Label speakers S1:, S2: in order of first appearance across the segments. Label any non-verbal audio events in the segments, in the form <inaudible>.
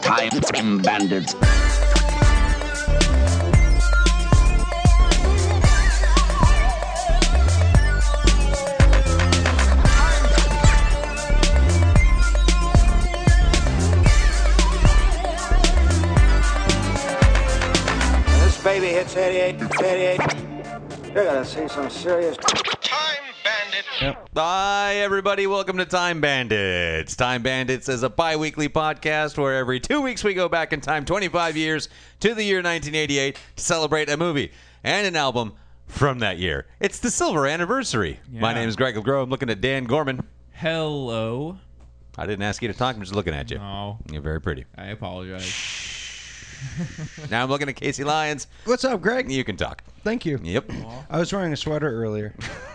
S1: I am bandits.
S2: This baby hits 88, 88. You're gonna see some serious.
S3: Hi, everybody. Welcome to Time Bandits. Time Bandits is a bi weekly podcast where every two weeks we go back in time 25 years to the year 1988 to celebrate a movie and an album from that year. It's the silver anniversary. My
S4: Yeah.
S3: name is Greg LeGros. I'm looking at Dan Gorman.
S4: Hello.
S3: I didn't ask you to talk. I'm just looking at you.
S4: Oh,
S3: You're very pretty.
S4: I apologize.
S3: Now I'm looking at Casey Lyons.
S5: What's up, Greg?
S3: You can talk.
S5: Thank you.
S3: Yep.
S5: I was wearing a sweater earlier.
S3: <laughs>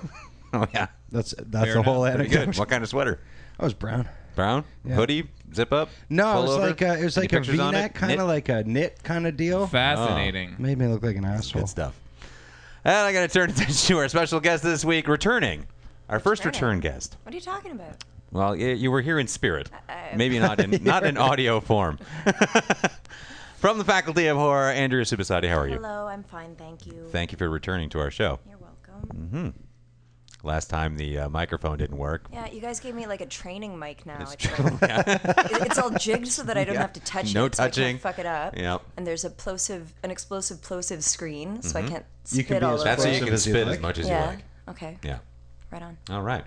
S3: Oh, yeah.
S5: That's that's
S4: Fair
S5: the
S4: enough.
S5: whole
S3: Pretty
S5: anecdote.
S3: good. What kind of sweater?
S5: I was brown.
S3: Brown? Hoodie? Zip up?
S5: No, it was
S3: Pullover?
S5: like a, it was
S3: Any
S5: like a
S3: pictures on
S5: V-neck
S3: it?
S5: kind
S3: Knit?
S5: of like a knit kind of deal.
S4: Fascinating.
S3: Oh.
S5: Made me look like an asshole.
S3: Good stuff. And I got to turn <laughs> attention to our special guest this week, returning. Our first return
S6: Returning?
S3: guest.
S6: What are you talking about?
S3: Well, y- you were here in spirit,
S6: Uh, <laughs>
S3: maybe not in not in audio form. <laughs> From the faculty of horror, Andrea Subasati, how are you?
S6: Hello, I'm fine, thank you.
S3: Thank Mm-hmm. you for returning to our show.
S6: You're welcome.
S3: Last time the uh, microphone didn't work.
S6: Yeah, you guys gave me like a training mic now. It's,
S3: <laughs>
S6: like- it- it's all jigged so that I don't have to touch
S3: No
S6: it. so I can't
S3: touching.
S6: fuck it up.
S3: Yep.
S6: And there's a plosive, an explosive plosive screen, so I can't
S5: You
S6: spit
S5: can be
S6: all
S5: as
S6: over.
S3: That's so
S5: Close
S3: Mm-hmm. you can
S5: as you
S3: spit as
S5: like.
S3: much as
S6: yeah.
S3: you like.
S6: Okay.
S3: Yeah.
S6: Right on.
S3: All right.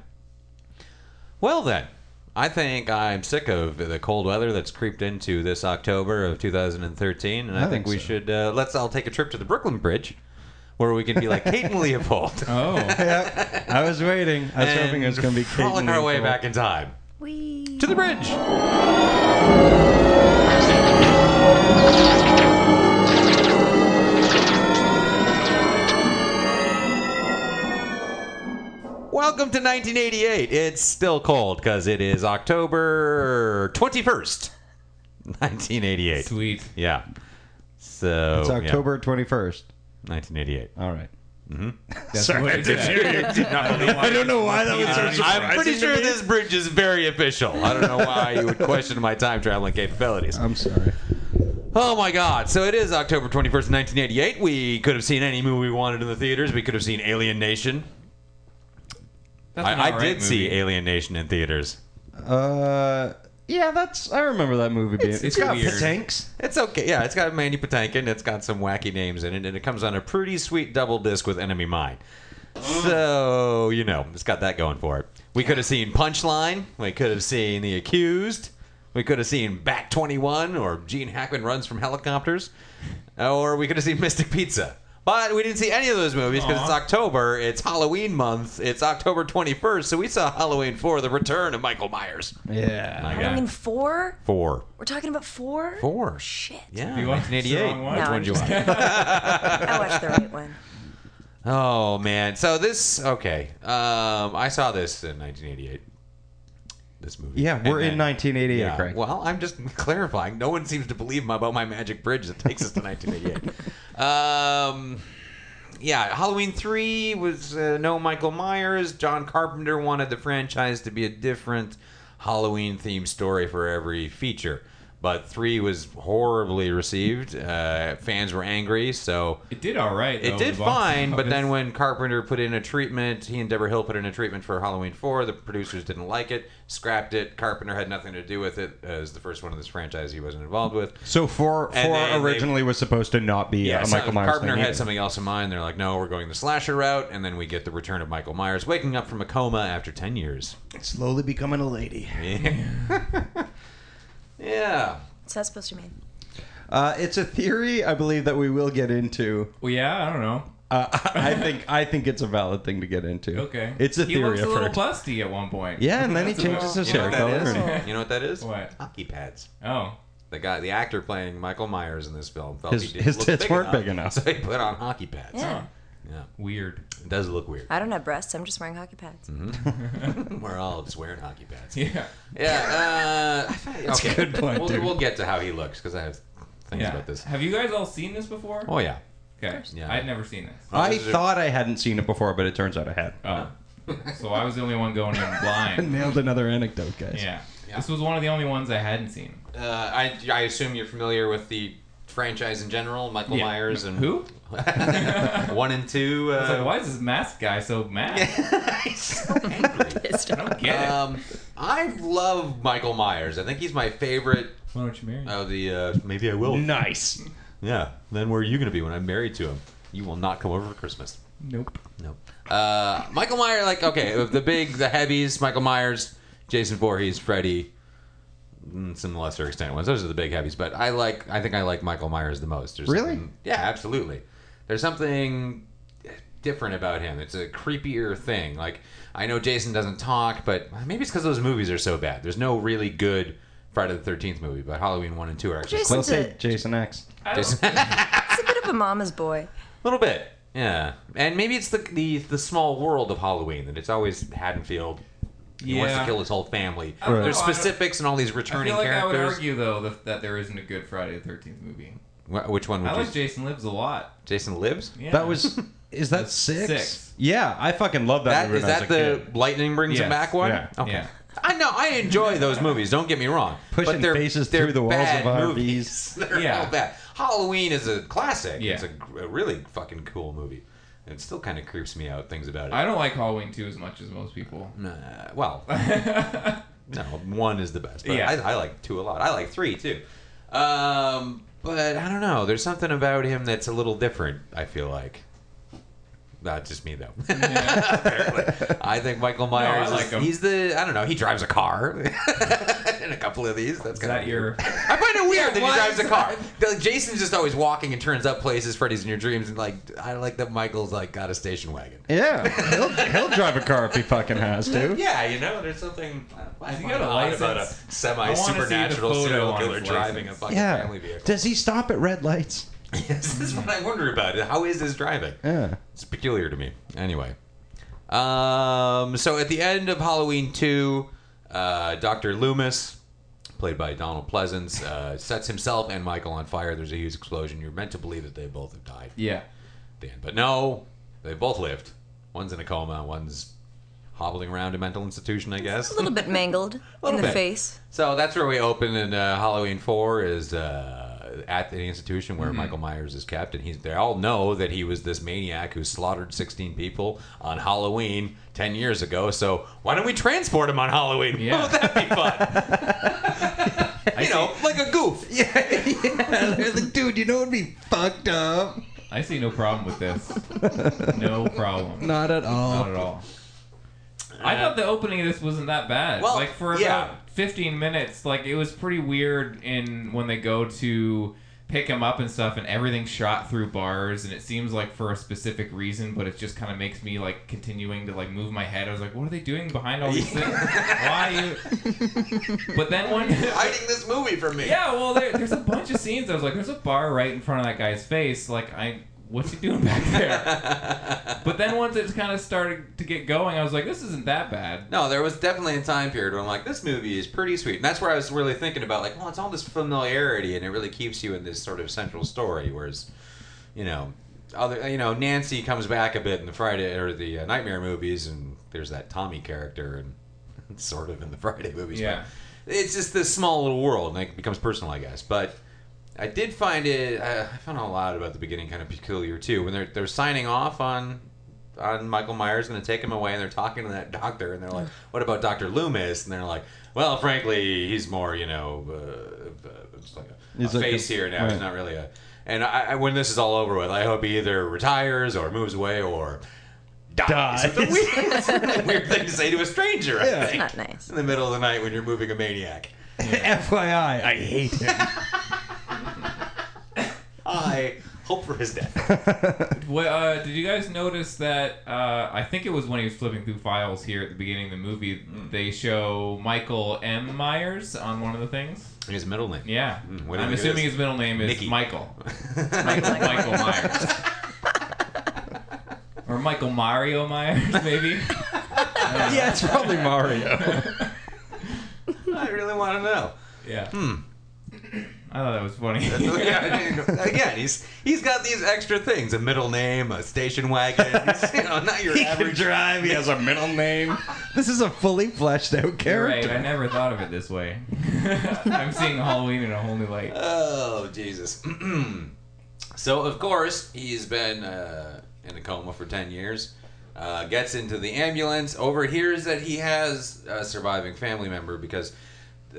S3: Well then, I think I'm sick of the cold weather that's creeped into this October of 2013, and I,
S5: I
S3: think,
S5: think
S3: we
S5: so.
S3: should uh, let's all take a trip to the Brooklyn Bridge, where we can be like Kate and Leopold,
S4: Oh,
S5: I was waiting. I was hoping it was going to be Kate
S3: crawling
S5: and
S3: our way
S5: Nicole.
S3: back in time to the bridge. Welcome to 1988. It's still cold because it is October 21st, 1988.
S4: sweet.
S3: Yeah. So
S5: It's
S3: Oh, yeah,
S5: October twenty first.
S3: 1988.
S5: All right.
S3: Mm-hmm.
S5: <laughs>
S4: That's what it is.
S5: I don't know why that was
S3: Uh, I'm pretty sure this bridge is very official. I don't know why you would question my time traveling capabilities.
S5: I'm sorry.
S3: Oh my God! So it is October 21st, 1988. We could have seen any movie we wanted in the theaters. We could have seen Alien Nation.
S4: That's an
S3: I, I
S4: alright
S3: did see
S4: movie.
S3: Alien Nation in theaters.
S5: Uh, yeah, that's. I remember that movie being.
S4: it's
S5: got
S4: weird.
S5: tanks.
S3: It's okay. Yeah, it's got Mandy Patinkin. It's got some wacky names in it, and it comes on a pretty sweet double disc with Enemy Mine. So you know, it's got that going for it. We could have seen Punchline. We could have seen The Accused. We could have seen Back 21 or Gene Hackman runs from helicopters, or we could have seen Mystic Pizza. But we didn't see any of those movies because it's October. It's Halloween month. It's October 21st, so we saw Halloween 4: The Return of Michael Myers.
S5: Yeah.
S3: My
S6: I mean,
S3: God,
S6: four?
S3: four,
S6: We're talking about four?
S3: four.
S6: Shit.
S3: Yeah,
S4: You watched the
S3: 1988.
S4: wrong one?
S6: No,
S3: Which one
S6: I'm
S3: do you
S6: just
S3: want?
S6: I watched the right one.
S3: <laughs> Oh man! So this okay? Um, I saw this in 1988. This movie.
S5: Yeah, we're
S3: And
S5: in
S3: then-
S5: 1988,
S3: Yeah,
S5: Craig.
S3: Well, I'm just <laughs> clarifying. No one seems to believe my, about my magic bridge that takes us to
S5: <laughs>
S3: 1988. um, yeah, Halloween three was uh, no Michael Myers. John Carpenter wanted the franchise to be a different Halloween themed story for every feature. But three was horribly received. Uh, fans were angry, so
S4: It did all right.
S3: it
S4: though,
S3: did
S4: the box
S3: fine, but
S4: office.
S3: then when Carpenter put in a treatment, he and Deborah Hill put in a treatment for Halloween 4. The producers didn't like it, scrapped it. Carpenter had nothing to do with it as the first one of this franchise he wasn't involved with.
S5: So four
S3: And
S5: four
S3: they- they-
S5: originally was supposed to not be
S3: Yeah,
S5: a
S3: so
S5: Michael Myers
S3: Carpenter
S5: thing
S3: had
S5: either.
S3: something else in mind. They're like, no, we're going the slasher route, and then we get the return of Michael Myers waking up from a coma after 10
S5: <laughs>
S3: years.
S5: slowly becoming a lady.
S3: yeah.
S6: What's that supposed to mean?
S5: Uh, it's a theory I believe that we will get into.
S4: Well, yeah, I don't know.
S5: Uh,
S3: <laughs>
S5: I think I think it's a valid thing to get into.
S4: Okay.
S5: it's a
S4: he
S5: theory
S4: looks a
S5: of
S4: little
S5: hers.
S4: busty at one point.
S5: Yeah, and then he changes his
S3: You know,
S5: hair
S3: what that
S5: color. and-
S3: is? you know what that is?
S4: What?
S3: Hockey pads.
S4: Oh.
S3: The guy, the actor playing Michael Myers in this film, felt
S5: His-
S3: he didn't
S5: his
S3: look
S5: tits
S3: big
S5: weren't
S3: enough,
S5: big
S3: <laughs>
S5: enough.
S3: so he put on hockey pads.
S6: Yeah.
S3: yeah.
S4: Weird. <laughs>
S3: It does look weird. <laughs>
S6: I don't have breasts. I'm just wearing hockey pads.
S3: Mm. We're all just wearing hockey pads. <laughs>
S4: Yeah.
S3: Yeah. Uh, I find- okay.
S5: good point,
S3: we'll,
S5: dude.
S3: we'll get to how he looks because I have things
S4: Yeah.
S3: about this.
S4: Have you guys all seen this before?
S3: Oh yeah.
S4: okay.
S3: Yeah. <laughs>
S4: I'd never seen this.
S5: I
S3: Oh, Those are-
S5: thought I hadn't seen it before, but it turns out I had.
S4: Oh. so I was the only one
S3: <laughs>
S4: going in blind.
S5: <laughs> Nailed another anecdote, guys.
S4: yeah. This was one of the only ones I hadn't seen.
S3: Uh, I, I assume you're familiar with the franchise in general, Michael
S4: Yeah.
S3: Myers and
S4: Who?
S3: <laughs> one and two.
S4: I was like,
S3: Uh,
S4: why is this mask guy
S3: <laughs>
S4: so mad?
S3: He's
S4: <laughs>
S3: so angry.
S6: Pissed
S4: I
S6: off.
S4: don't get it.
S3: Um, I love Michael Myers. I think he's my favorite
S4: Why don't you marry me?
S3: of the. Uh, Maybe I will.
S5: Nice.
S3: Yeah. Then where are you going to be when I'm married to him? You will not come over for Christmas.
S4: Nope.
S3: No. Uh, Michael Myers, like, okay, the big, the heavies, Michael Myers, Jason Voorhees, Freddy, and some lesser extent ones. Those are the big heavies, but I like, I think I like Michael Myers the most. There's
S5: Really?
S3: something- Yeah, absolutely. There's something different about him. It's a creepier thing. Like, I know Jason doesn't talk, but maybe it's because those movies are so bad. There's no really good Friday the 13th movie, but Halloween 1 and 2 are actually
S6: Jason-
S5: They'll
S6: It's
S5: say
S6: a-
S5: Jason X.
S4: I don't-
S3: Jason-
S6: It's a bit of a mama's boy.
S3: A little bit. Yeah. And maybe it's the the, the small world of Halloween that it's always Haddonfield. <laughs> He wants to
S4: Yeah.
S3: kill his whole family.
S4: I don't
S5: Right.
S3: There's
S4: know, I don't-
S3: specifics and all these
S4: I
S3: returning
S4: feel like I would
S3: characters.
S4: argue though that, that there isn't a good Friday the Thirteenth movie.
S3: Wh- Which one would
S4: I
S3: you?
S4: like Jason Lives a lot.
S3: Jason lives.
S4: Yeah.
S3: <laughs>
S5: That was. Is that
S4: That's
S5: six?
S4: six.
S5: Yeah, I fucking love that.
S3: That
S5: movie
S3: is
S5: when I
S3: that
S5: was a
S3: the
S5: kid.
S3: lightning brings him
S4: Yes.
S3: back one?
S5: Yeah.
S3: Okay.
S4: Yeah.
S3: I know I enjoy those movies. Don't get me wrong.
S5: Pushing
S3: but they're,
S5: faces
S3: they're
S5: through the walls
S3: bad
S5: of RVs.
S3: movies. <laughs> They're
S4: Yeah.
S3: all bad. Halloween is a classic.
S4: Yeah.
S3: It's a, gr- a really fucking cool movie. It still kind of creeps me out things about it.
S4: I don't like Halloween two as much as most <laughs> people.
S3: Uh, well,
S4: yeah.
S3: No, one is the best. But
S4: Yeah.
S3: I, I like two a lot. I like three too. Um, but I don't know. There's something about him that's a little different. I feel like. Not just me though. Apparently, <laughs> I think Michael Myers.
S4: I like
S3: is,
S4: him.
S3: He's the. I don't know. He drives a car <laughs> in a couple of these. That's
S4: Is
S3: kind
S4: that
S3: of
S4: your?
S3: I find it weird that
S4: why
S3: he drives
S4: is
S3: a car.
S4: that-
S3: Like, Jason's just always walking and turns up places. Freddy's in your dreams, and like I like that Michael's like got a station wagon.
S5: Yeah, he'll,
S3: <laughs>
S5: he'll drive a car if he fucking has to.
S3: Yeah, you know, there's something. Uh, I
S4: Has he
S3: find
S4: got a
S3: odd about a
S4: license? I
S3: semi
S4: wanna see the
S3: supernatural
S4: photo
S3: serial
S4: on
S3: killer
S4: his
S3: driving a
S4: license.
S3: fucking
S5: Yeah.
S3: family vehicle.
S5: Does he stop at red lights?
S3: <laughs> this is what I wonder about. it. How is his driving?
S5: Yeah.
S3: It's peculiar to me. Anyway, um, so at the end of Halloween two, uh, Doctor Loomis, played by Donald Pleasance, uh, sets himself and Michael on fire. There's a huge explosion. You're meant to believe that they both have died.
S4: <laughs> Yeah.
S3: Dan. But no, they both lived. One's in a coma. One's hobbling around a mental institution, I guess.
S6: A little bit
S3: <laughs>
S6: mangled in
S3: Little
S6: the
S3: bit.
S6: face.
S3: So that's where we open in uh, Halloween Four is uh, at the institution
S4: Mm-hmm.
S3: where Michael Myers is kept, and he's they all know that he was this maniac who slaughtered sixteen people on Halloween ten years ago. So why don't we transport him on Halloween? <laughs>
S4: Yeah.
S3: Wouldn't that be
S4: <laughs>
S3: fun? you know, like a goof.
S5: Yeah, <laughs> yeah. They're like, dude, you know it'd be fucked <laughs> up.
S4: I see no problem with this. No problem.
S5: Not at all.
S4: Not at all. I thought the opening of this wasn't that bad.
S3: Well,
S4: like for about
S3: yeah.
S4: 15 minutes, like it was pretty weird in when they go to pick him up and stuff and everything's shot through bars and it seems like for a specific reason, but it just kind of makes me like continuing to like move my head. I was like, what are they doing behind all <laughs> these things? Why you But then when <laughs>
S3: Hiding this movie from me.
S4: Yeah, well there, there's a bunch of scenes. I was like, there's a bar right in front of that guy's face. Like I what's he doing back there? But then once it's kind of started to get going, I was like, this isn't that bad.
S3: No, there was definitely a time period where I'm like, this movie is pretty sweet. And that's where I was really thinking about, like, well, it's all this familiarity and it really keeps you in this sort of central story. Whereas, you know, other, you know, Nancy comes back a bit in the Friday or the uh, Nightmare movies, and there's that Tommy character and <laughs> it's sort of in the Friday movies.
S4: Yeah.
S3: But it's just this small little world and it becomes personal, I guess. But I did find it, uh, I I found a lot about the beginning kind of peculiar too. When they're, they're signing off on on Michael Myers going to take him away, and they're talking to that doctor, and they're like, "What about Doctor Loomis?" And they're like, "Well, frankly, he's more, you know, uh, uh, just like a, a
S5: He's like
S3: face
S5: a-
S3: here now. He's
S5: right.
S3: not really a." And I, I, when this is all over with, I hope he either retires or moves away or dies.
S5: Dies.
S3: It's a weird, it's a really weird thing to say to a stranger. I
S5: Yeah.
S3: think.
S6: Not nice.
S3: in the middle of the night when you're moving a maniac.
S5: <laughs> FYI, I hate him.
S3: I hope for his
S5: <laughs>
S3: death.
S4: What, uh, did you guys notice that? Uh, I think it was when he was flipping through files here at the beginning of the movie. They show Michael M. Myers on one of the things.
S3: His middle name. <laughs>
S4: Yeah,
S3: Mm, whatever
S4: I'm
S3: it
S4: assuming
S3: is.
S4: his middle name is
S3: Mickey.
S4: Michael. Michael, Michael Myers. Or Michael Mario Myers, maybe.
S5: <laughs> yeah, it's probably Mario.
S3: I really want to know.
S4: Yeah. I thought that was
S3: <laughs>
S4: funny.
S3: Yeah, I mean, Again, he's he's got these extra things: a middle name, a station wagon. <laughs> He's, you know, not
S5: <laughs>
S3: your average
S1: drive. He has a middle name.
S5: This is a fully fleshed
S4: <laughs>
S5: out
S4: You're right.
S5: character.
S4: I never thought of it this way. <laughs> I'm seeing Halloween in a whole new light.
S3: Oh Jesus! <clears throat> so of course he's been uh, in a coma for ten years. Uh, gets into the ambulance, overhears that he has a surviving family member because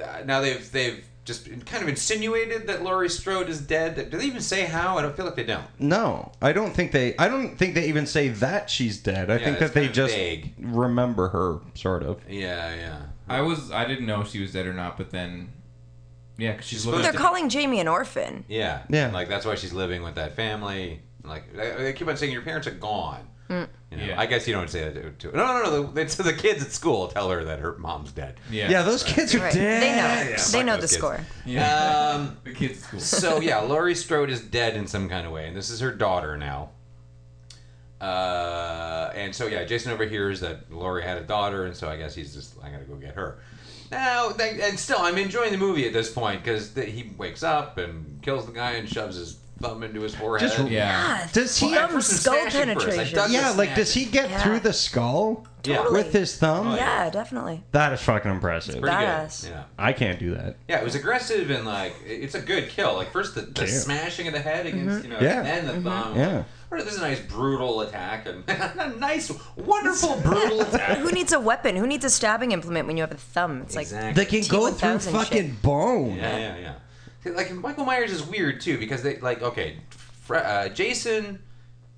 S3: uh, now they've they've just kind of insinuated that Laurie Strode is dead. Do they even say how? I don't feel like they don't.
S5: No, I don't think they. I don't think they even say that she's dead. I
S3: Yeah,
S5: think that
S3: it's
S5: they
S3: kind of
S5: just
S3: vague.
S5: remember her, sort of.
S3: Yeah, yeah.
S4: I was I didn't know she was dead or not, but then yeah, 'cause she's looking.
S6: They're calling Jamie an orphan.
S3: Yeah.
S5: Yeah.
S3: Like that's why she's living with that family. Like they they keep on saying your parents are gone. You know,
S4: Yeah.
S3: I guess you don't say that to. No, no, no. The, it's the kids at school tell her that her mom's dead.
S4: Yeah,
S5: Yeah, those kids are
S6: Right. They
S5: dead.
S6: know.
S3: Yeah,
S6: they
S3: fuck
S6: know the
S3: those kids.
S6: score.
S4: yeah.
S3: Um,
S4: the kids school.
S3: so yeah, Laurie Strode is dead in some kind of way, and this is her daughter now. Uh, and so yeah, Jason overhears that Laurie had a daughter, and so I guess he's just I gotta go get her. Now they, and still, I'm enjoying the movie at this point because he wakes up and kills the guy and shoves his thumb into his forehead.
S5: Just-
S4: Yeah,
S3: Ah,
S6: God,
S5: Does he
S6: thumb
S5: ever
S6: skull
S3: snatch it first? I
S6: penetration?
S3: dug
S6: Yeah,
S5: Yeah,
S3: Just
S5: like
S3: snatch
S5: does
S3: it.
S5: he get
S6: Yeah.
S5: through the skull
S3: yeah,
S6: Totally.
S5: with his thumb?
S3: Oh,
S6: yeah, definitely.
S5: That is fucking impressive.
S3: pretty
S6: badass.
S3: good. Yeah.
S5: I can't do that.
S3: Yeah, it was aggressive and like it- it's a good kill. Like first the, the
S5: Damn.
S3: smashing of the head
S6: Mm-hmm.
S3: against you know,
S5: Yeah.
S3: and then the thumb.
S5: Yeah.
S3: Or this is a nice brutal attack <laughs> and a nice, wonderful
S6: <laughs>
S3: brutal attack.
S6: Who needs a weapon? Who needs a stabbing implement when you have a thumb? It's like
S5: They can go through
S6: T1000 shit.
S5: fucking bone.
S3: Yeah, yeah, yeah. See, Like Michael Myers is weird too because they like okay, Fre- uh, Jason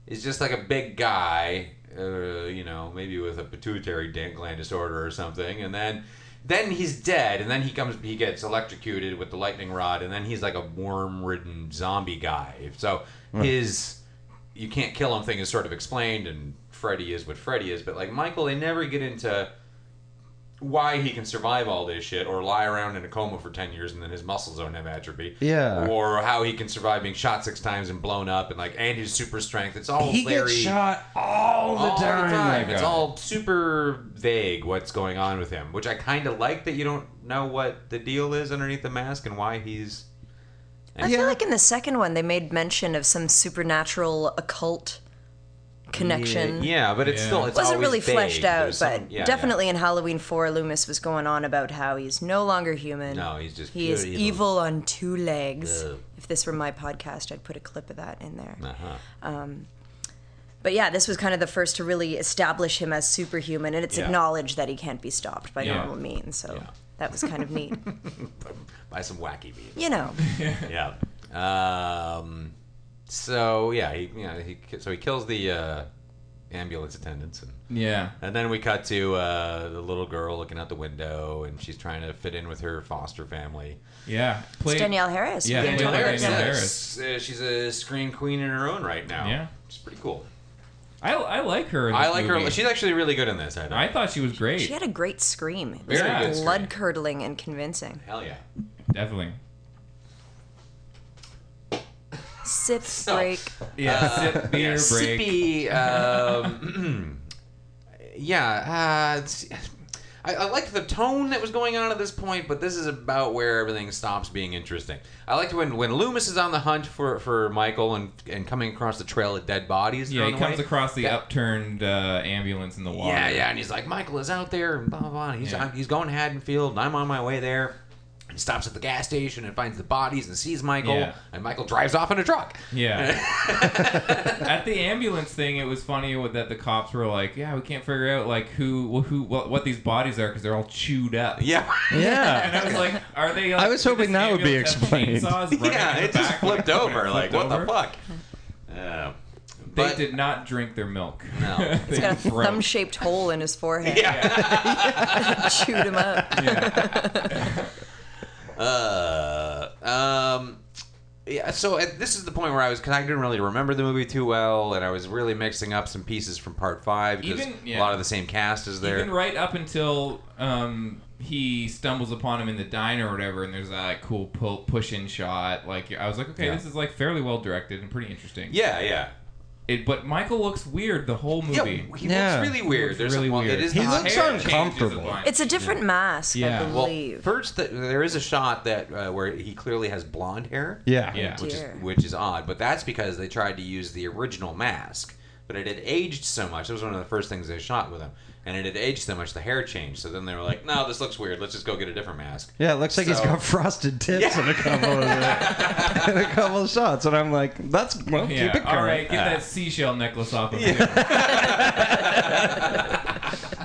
S3: is just like a big guy, uh, you know, maybe with a pituitary dan- gland disorder or something, and then then he's dead, and then he comes, he gets electrocuted with the lightning rod, and then he's like a worm-ridden zombie guy. So his you can't kill him thing is sort of explained, and Freddy is what Freddy is, but like Michael, they never get into why he can survive all this shit or lie around in a coma for 10 years and then his muscles don't have atrophy.
S5: Yeah.
S3: Or how he can survive being shot six times and blown up and like, and his super strength. It's all
S5: He
S3: very.
S5: gets shot all the
S3: all the
S5: time.
S3: time.
S5: my
S3: It's
S5: God.
S3: all super vague what's going on with him, which I kind of like that you don't know what the deal is underneath the mask and why he's.
S6: I
S5: Yeah.
S6: feel like in the second one they made mention of some supernatural occult connection.
S3: Yeah, but it's
S4: Yeah.
S3: still. It's
S6: It wasn't
S3: always
S6: really fleshed
S3: vague.
S6: out,
S3: There's some-
S6: but
S3: yeah, yeah.
S6: definitely in Halloween 4, Loomis was going on about how he's no longer human.
S3: No, he's just
S6: He
S3: pure
S6: is
S3: evil.
S6: evil on two legs.
S3: Ugh.
S6: If this were my podcast, I'd put a clip of that in there.
S3: Uh-huh.
S6: But yeah, this was kind of the first to really establish him as superhuman, and it's
S3: Yeah.
S6: acknowledged that he can't be stopped by
S4: Yeah.
S6: normal means. So that was kind
S4: <laughs>
S6: of neat.
S3: By some wacky means.
S6: you know,
S3: yeah. Um, so yeah, he you know he so he kills the uh, ambulance attendants, and,
S4: yeah.
S3: and then we cut to uh, the little girl looking out the window, and she's trying to fit in with her foster family.
S4: Yeah. Play,
S6: it's Danielle Harris.
S4: Yeah,
S6: We
S4: Danielle
S6: totally
S4: Harris,
S6: get it.
S4: yeah.
S3: yes. Uh, she's a screen queen in her own right now.
S4: Yeah.
S3: which is pretty cool.
S4: I, I like her. in
S3: I
S4: this
S3: like
S4: movie.
S3: her. She's actually really good in this. I
S4: I
S3: think.
S4: thought she was great.
S6: She had a great scream. It was
S3: Very
S4: good
S3: scream.
S6: blood curdling and convincing.
S3: Hell yeah.
S4: Definitely.
S6: Sip break.
S4: Yeah. sip beer
S3: Uh, yeah,
S4: break.
S3: Sippy. Um, <clears throat> yeah. Uh, it's- I, I liked the tone that was going on at this point, but this is about where everything stops being interesting. I liked when, when Loomis is on the hunt for, for Michael and and coming across the trail of dead bodies. that are
S4: Yeah,
S3: on
S4: he
S3: the
S4: comes
S3: way.
S4: across the
S3: Yeah.
S4: upturned uh, ambulance in the water.
S3: Yeah, yeah, and he's like, Michael is out there, and blah blah blah. And he's
S4: Yeah.
S3: I'm, he's going to Haddonfield, and I'm on my way there. And stops at the gas station and finds the bodies and sees Michael,
S4: Yeah.
S3: and Michael drives off in a truck. <laughs>
S4: Yeah. At the ambulance thing, it was funny with that the cops were like, "Yeah, we can't figure out like who wh- who what, what these bodies are because they're all chewed up."
S3: Yeah. <laughs>
S4: And I
S5: <laughs> Yeah.
S4: was like, "Are they?" Like,
S5: I was hoping that would be explained.
S3: <laughs> yeah, it just flipped over. Like, what the
S5: <laughs>
S3: fuck? Uh,
S4: They
S3: but-
S4: did not drink their milk.
S3: No.
S4: <laughs> They
S6: He's got a
S4: broke.
S6: thumb shaped hole in his forehead.
S4: <laughs>
S3: Yeah.
S6: <laughs> Chewed him up.
S3: Uh, um, yeah. So at, this is the point where I was, cause I didn't really remember the movie too well, and I was really mixing up some pieces from part five because
S4: Even-
S3: a
S4: yeah.
S3: lot of the same cast is there.
S4: Even right up until um, he stumbles upon him in the diner or whatever, and there's that like, cool pull, push-in shot. Like I was like, okay,
S3: Yeah.
S4: this is like fairly well directed and pretty interesting.
S3: Yeah, yeah.
S4: It, but Michael looks weird the whole
S3: Yeah,
S4: movie.
S3: he
S5: Yeah.
S3: looks really weird.
S4: Looks
S3: There's
S4: really
S3: a, well,
S4: weird.
S3: It is
S5: He
S3: the
S4: His
S3: hot
S5: looks
S3: hair.
S4: hair changes
S5: uncomfortable.
S4: a bunch.
S6: It's a different mask,
S4: Yeah.
S6: I
S4: Well,
S3: Well,
S6: believe.
S3: first th- there is a shot that uh, where he clearly has blonde hair.
S5: Yeah.
S4: Yeah.
S3: which
S6: Dear.
S3: is which is odd, but that's because they tried to use the original mask, but it had aged so much. It was one of the first things they shot with him, and it had aged so much the hair changed. So then they were like, "No, this looks weird. Let's just go get a different mask."
S5: Yeah, it looks like he's
S3: So-
S5: got frosted tips in a couple
S3: <laughs>
S5: of the- in a couple of shots, and I'm like, that's well,
S4: Yeah.
S5: keep it
S4: All right,
S5: current.
S4: get that seashell necklace off of him.
S3: <laughs>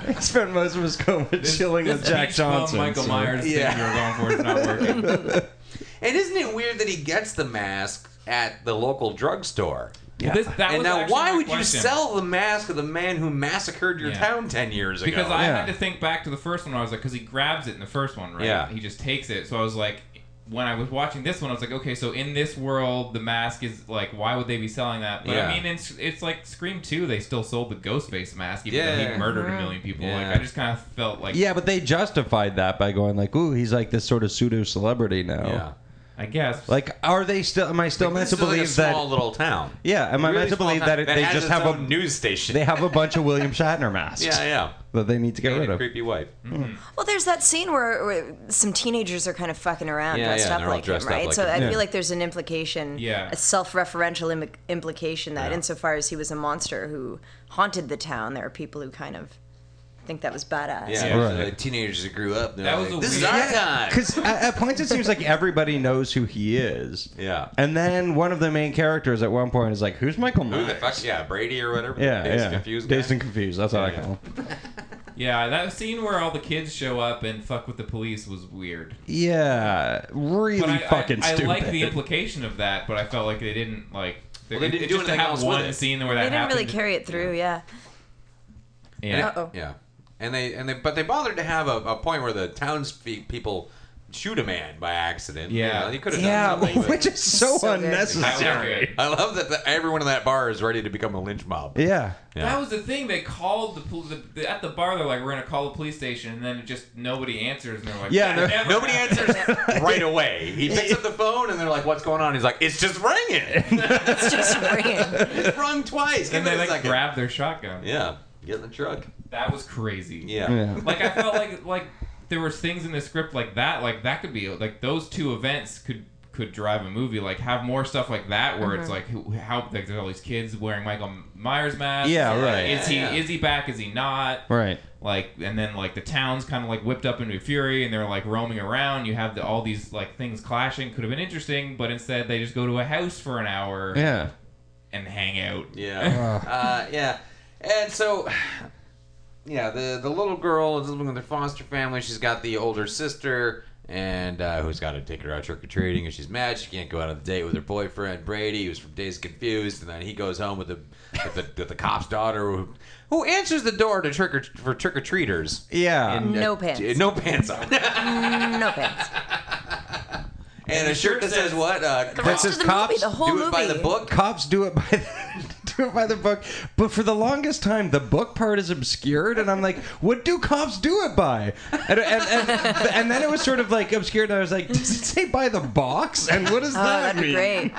S5: He <laughs> spent most of his coma chilling
S4: This
S5: with Jack
S4: beach bum
S5: Johnson.
S4: Michael
S5: so-
S4: Myers
S3: Yeah.
S4: thing you were going for is not working.
S3: <laughs> And isn't it weird that he gets the mask at the local drugstore?
S5: Yeah.
S4: This- that
S3: and
S4: was
S3: now,
S4: actually
S3: why
S4: my
S3: would
S4: question.
S3: you sell the mask of the man who massacred your
S4: Yeah.
S3: town ten years ago?
S4: Because I
S5: Yeah.
S4: had to think back to the first one. I was like, because he grabs it in the first one, right?
S3: Yeah.
S4: He just takes it. So I was like, when I was watching this one, I was like, okay, so in this world, the mask is like, why would they be selling that? But
S3: Yeah.
S4: I mean, it's, it's like Scream 2, they still sold the ghost face mask, even though
S3: Yeah.
S4: he murdered a million people.
S3: Yeah.
S4: Like, I just kind of felt like,
S5: Yeah, but they justified that by going like, "Ooh, he's like this sort of pseudo celebrity now."
S3: yeah.
S4: I guess.
S5: Like, are they still? Am I still meant
S3: This is
S5: to
S3: like
S5: believe
S3: a small
S5: that?
S3: little town.
S5: Yeah, am I
S3: Really
S5: meant to
S3: small
S5: believe
S3: town
S5: that, it, they
S3: has
S5: just
S3: its
S5: have a
S3: own news station?
S5: they have a bunch of William Shatner masks
S3: yeah,
S5: <laughs>
S3: yeah.
S5: that they need to get
S3: And
S5: rid
S3: a
S5: of?
S3: creepy wife.
S6: Well, there's that scene where, where some teenagers are kind of fucking around,
S3: Yeah,
S6: dressed
S3: yeah,
S6: up
S3: they're all
S6: like him,
S3: dressed up
S6: right?
S3: like
S6: so
S3: him.
S6: I
S5: Yeah.
S6: feel like there's an implication,
S4: Yeah.
S6: a self-referential Im- implication that, insofar as he was a monster who haunted the town, there are people who kind of think that was badass.
S3: Yeah,
S5: Right.
S3: so the teenagers that grew up. they're
S4: That was
S3: like,
S4: a
S3: this is
S4: weird-
S3: our
S4: Yeah,
S3: time.
S5: Because at, at points it seems like everybody knows who he is.
S3: Yeah.
S5: And then one of the main characters at one point is like, "Who's Michael Myers?"
S3: Who the fuck? Yeah, Brady or whatever.
S5: Yeah,
S3: Dazed
S5: yeah.
S3: and Confused. guy.
S5: Dazed and confused. That's how I
S3: Yeah.
S5: call him.
S4: yeah, that scene where all the kids show up and fuck with the police was weird.
S5: Yeah, really
S4: But I,
S5: fucking
S4: I, I
S5: stupid.
S4: like the implication of that, but I felt like they didn't like.
S3: Well, they didn't
S4: it's
S3: do
S4: just to
S3: anything
S4: have
S3: else with
S4: one
S3: it.
S4: scene where
S6: They
S4: that
S6: didn't
S4: happened.
S6: really carry it through, yeah.
S4: Yeah.
S6: Uh-oh.
S3: Yeah, and they and they but they bothered to have a, a point where the townspeople shoot a man by accident.
S4: Yeah.
S3: you know, he could have
S5: yeah,
S3: done something.
S5: which
S3: but-
S5: is so,
S6: So good.
S4: That was
S5: unnecessary.
S4: good.
S3: I love that the, everyone in that bar is ready to become a lynch mob.
S5: Yeah.
S3: Yeah.
S4: That was the thing. They called the, pol- the, the at the bar. They're like, "We're gonna call the police station," and then it just nobody answers. And they're like,
S5: Yeah,
S4: "That
S5: no-
S4: never
S3: Nobody
S4: happened." <laughs>
S3: answers right away. He picks up the phone and they're like, "What's going on?" He's like, "It's just
S5: <laughs>
S3: ringing.
S6: It's just ringing.
S3: it's rung twice." Give
S4: And
S3: it
S4: they
S3: a
S4: like
S3: second.
S4: grab their shotgun.
S3: Yeah, get in the truck.
S4: That was crazy.
S3: Yeah.
S5: Yeah.
S4: Like I felt like like there were things in the script like that. Like that could be like those two events could could drive a movie. Like have more stuff like that where it's like who- how like there's all these kids wearing Michael Myers masks.
S5: Yeah,
S4: Like,
S5: right.
S4: Is he
S3: Yeah, yeah.
S4: is he back? Is he not?
S5: Right.
S4: like and then like the town's kind of like whipped up into a fury and they're like roaming around you have the, all these like things clashing could have been interesting but instead they just go to a house for an hour
S5: Yeah.
S4: and hang out
S3: <laughs> Yeah. uh, yeah. And so, <sighs> yeah, the the little girl is living with her foster family. She's got the older sister, and uh, who's got to take her out trick or treating, and she's mad she can't go out on the date with her boyfriend Brady, who's from Days Confused, and then he goes home with the with the, with the cop's daughter, who, who answers the door to trick or for trick or treaters.
S5: Yeah.
S6: No
S3: Uh,
S6: pants.
S3: no pants on, <laughs>
S6: Mm, No pants.
S3: and a shirt that says what? Uh,
S6: The
S5: This
S6: rest
S5: is
S6: of the
S5: cops,
S6: movie, the whole
S3: do
S6: movie.
S3: it by the book.
S5: Cops do it by the, <laughs> do it by the book, but for the longest time, the book part is obscured, and I'm like, what do cops do it by? And, and, and, and then it was sort of like obscured, and I was like, does it say by the box? And what does
S6: Oh,
S5: that
S6: that'd be
S5: mean?
S6: great.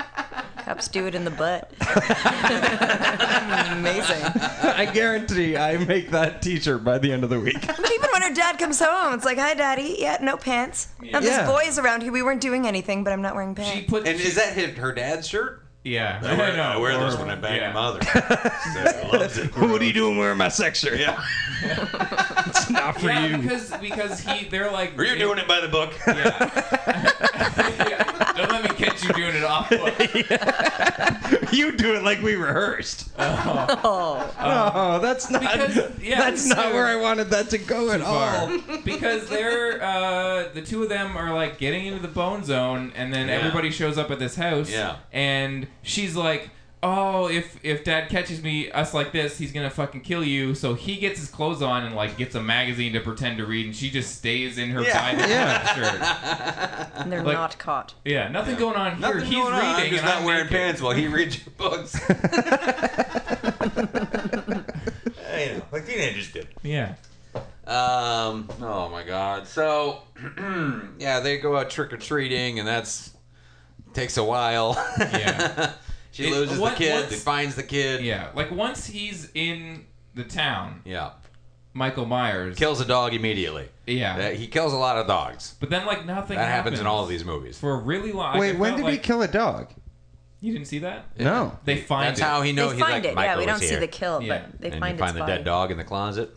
S6: Cops do it in the butt. <laughs> Amazing.
S5: I guarantee I make that T-shirt by the end of the week.
S6: Even when her dad comes home, it's like, "Hi, daddy. Yeah, no pants. Now
S5: Yeah.
S6: there's boys around here. We weren't doing anything, but I'm not wearing pants."
S4: she put
S3: And is that her, her dad's shirt?
S4: yeah
S3: I
S4: <laughs>
S3: wear, I wear this
S4: or-
S3: when I bang
S4: yeah.
S3: my <laughs> mother. So, loves it.
S5: <laughs> what are you doing wearing my sex shirt?
S3: Yeah.
S5: <laughs> It's not for
S4: yeah,
S5: you.
S4: because because he they're
S3: <laughs>
S4: like
S3: Were you doing it by the book?
S4: yeah.
S3: <laughs>
S4: Yeah. don't let me catch you doing it off book.
S5: <laughs> You do it like we rehersed.
S6: oh,
S5: Oh, that's not.
S4: because- yeah,
S5: that's
S4: so-
S5: not where I wanted that to go at all.
S4: because they're uh, the two of them are like getting into the bone zone, and then
S3: Yeah.
S4: everybody shows up at this house.
S3: Yeah.
S4: and she's like. Oh, if if Dad catches me us like this, he's gonna fucking kill you. So he gets his clothes on and like gets a magazine to pretend to read, and she just stays in her
S3: Yeah.
S4: private
S5: Yeah.
S4: shirt.
S3: <laughs>
S6: and they're
S4: Like-
S6: not caught.
S4: Yeah, nothing going on here.
S3: Nothing
S4: he's
S3: going
S4: reading
S3: on. I'm just
S4: and
S3: not
S4: I'm
S3: wearing
S4: naked.
S3: pants while he reads your <laughs> books. you know, like teenagers do.
S4: Yeah,
S3: Um. Oh my God. So, <clears throat> yeah, they go out trick or treating, and that's takes a while.
S4: Yeah.
S3: <laughs> She
S4: It-
S3: loses
S4: what-
S3: the kid,
S4: what's-
S3: finds the kid.
S4: Yeah, like once he's in the town,
S3: Yeah.
S4: Michael Myers.
S3: Kills a dog immediately.
S4: yeah,
S3: Uh, he kills a lot of dogs.
S4: but then like nothing.
S3: That happens in all of these movies.
S4: for a really long.
S5: Wait, when did
S4: like,
S5: he kill a dog?
S4: You didn't see that? <laughs>
S5: No.
S4: They find
S3: That's
S4: it.
S3: how he knows
S6: they
S3: he's
S6: find
S3: like
S6: it.
S3: Michael
S6: yeah,
S3: was
S6: we don't see
S3: here.
S6: the kill,
S4: Yeah.
S6: but they
S3: and you
S6: find
S3: find
S6: its
S3: the
S6: body.
S3: dead dog in the closet.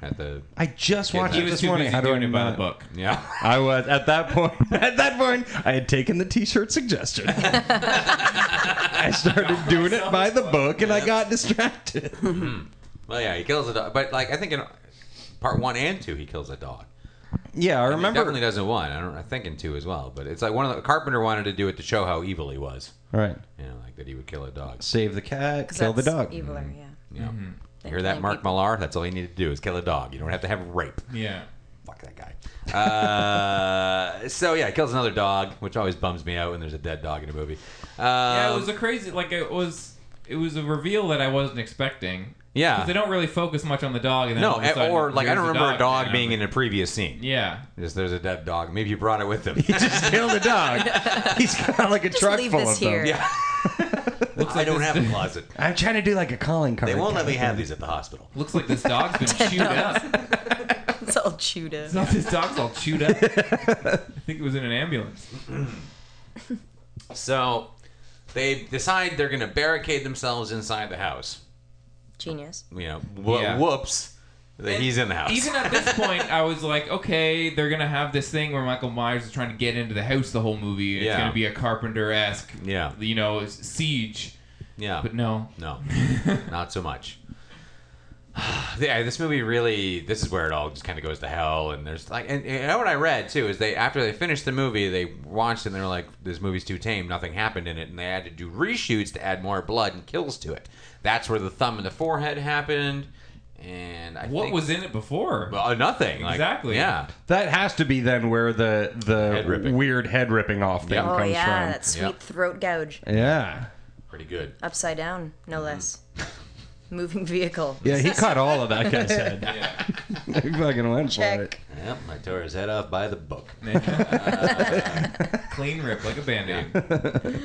S3: At the
S5: I just watched
S4: He
S5: it
S4: was
S5: this
S4: too
S5: morning.
S4: busy
S5: How do I
S4: doing it by the
S5: not?
S4: book.
S3: yeah. <laughs>
S5: I was at that point. <laughs> At that point, I had taken the T-shirt suggestion.
S4: <laughs>
S5: I started doing it by the book, and I
S4: <laughs>
S5: got distracted.
S3: Well, yeah, he kills a dog, but like I think in part one and two, he kills a dog.
S5: Yeah, I
S3: He
S5: remember.
S3: definitely doesn't one. I don't. I think in two as well. But it's like one of the Carpenter wanted to do it to show how evil he was.
S5: All right,
S3: You know, like that he would kill a dog.
S5: save the cat,
S6: 'Cause
S5: kill the
S6: that's
S5: dog.
S6: Eviler, yeah.
S3: You know,
S6: They
S3: you hear that,
S6: blame
S3: Mark
S6: people.
S3: Millar? That's all you need to do is kill a dog. You don't have to have rape.
S4: Yeah.
S3: Fuck that guy. Uh, <laughs> so yeah, he kills another dog, which always bums me out when there's a dead dog in a movie. Um,
S4: Yeah, it was a crazy. Like it was. It was a reveal that I wasn't expecting.
S3: Yeah.
S4: 'Cause they don't really focus much on the dog. And then all
S3: no, eh,
S4: of a sudden,
S3: or like I
S4: here's
S3: don't remember a dog
S4: man.
S3: being in a previous scene.
S4: Yeah.
S3: Just there's a dead dog. Maybe you brought it with him.
S5: <laughs> He just killed a
S6: <laughs>
S5: dog. He's got like a
S6: Just
S5: truck
S6: leave
S5: full
S6: this
S5: of them.
S6: here.
S3: yeah. I don't have a closet.
S5: I'm trying to do like a calling card.
S3: They won't let me
S5: kind
S3: have
S5: <laughs>
S3: these at the hospital.
S4: Looks
S3: <laughs>
S4: like this dog's been chewed up.
S6: It's all chewed up.
S4: It's not <laughs> this dog's all chewed up. I think it was in an ambulance.
S3: So they decide they're going to barricade themselves inside the house.
S6: Genius.
S3: You know, wh-
S4: Yeah.
S3: whoops, that he's in the house.
S4: Even at this point, I was like, okay, they're gonna have this thing where Michael Myers is trying to get into the house the whole movie. It's
S3: Yeah.
S4: gonna be a Carpenter esque,
S3: <laughs> Yeah.
S4: you know, s- siege.
S3: yeah,
S4: But no,
S3: no, not so much. <sighs> yeah, this movie really. This is where it all just kind of goes to hell. And there's like, and, and you know what I read too is they after they finished the movie, they watched it and they're like, this movie's too tame. Nothing happened in it, and they had to do reshoots to add more blood and kills to it. That's where the thumb and the forehead happened. And I
S4: <laughs> what
S3: think-
S4: was in it before?
S3: Well, uh, nothing. Like,
S4: Exactly.
S3: Yeah.
S5: That has to be then where the the
S3: Head ripping.
S5: weird head ripping off thing
S3: Yeah.
S6: Oh
S5: comes
S6: yeah,
S5: from.
S6: that sweet
S3: Yep.
S6: throat gouge.
S5: Yeah.
S3: Pretty good.
S6: Upside down, no less. Moving vehicle.
S5: Yeah,
S6: <laughs>
S5: he caught all of that
S3: <laughs>
S5: guy's head. <laughs> he fucking went for it.
S6: Check.
S3: Yep. I tore his head off by the book.
S4: <laughs> Clean rip like a band aid.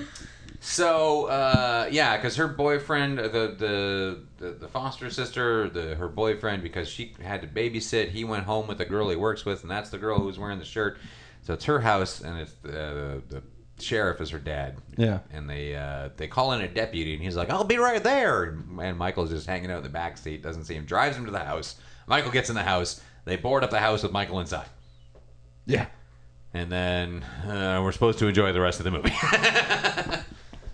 S3: So, uh, yeah, because her boyfriend, uh, the, the the the foster sister, the her boyfriend, because she had to babysit, he went home with the girl he works with, and that's the girl who's wearing the shirt. So it's her house, and it's uh, the sheriff is her dad.
S5: Yeah.
S3: And they uh, they call in a deputy, and he's like, "I'll be right there." And, and Michael's just hanging out in the back seat, doesn't see him, drives him to the house. Michael gets in the house. They board up the house with Michael inside.
S5: Yeah.
S3: and then uh, we're supposed to enjoy the rest of the movie. <laughs>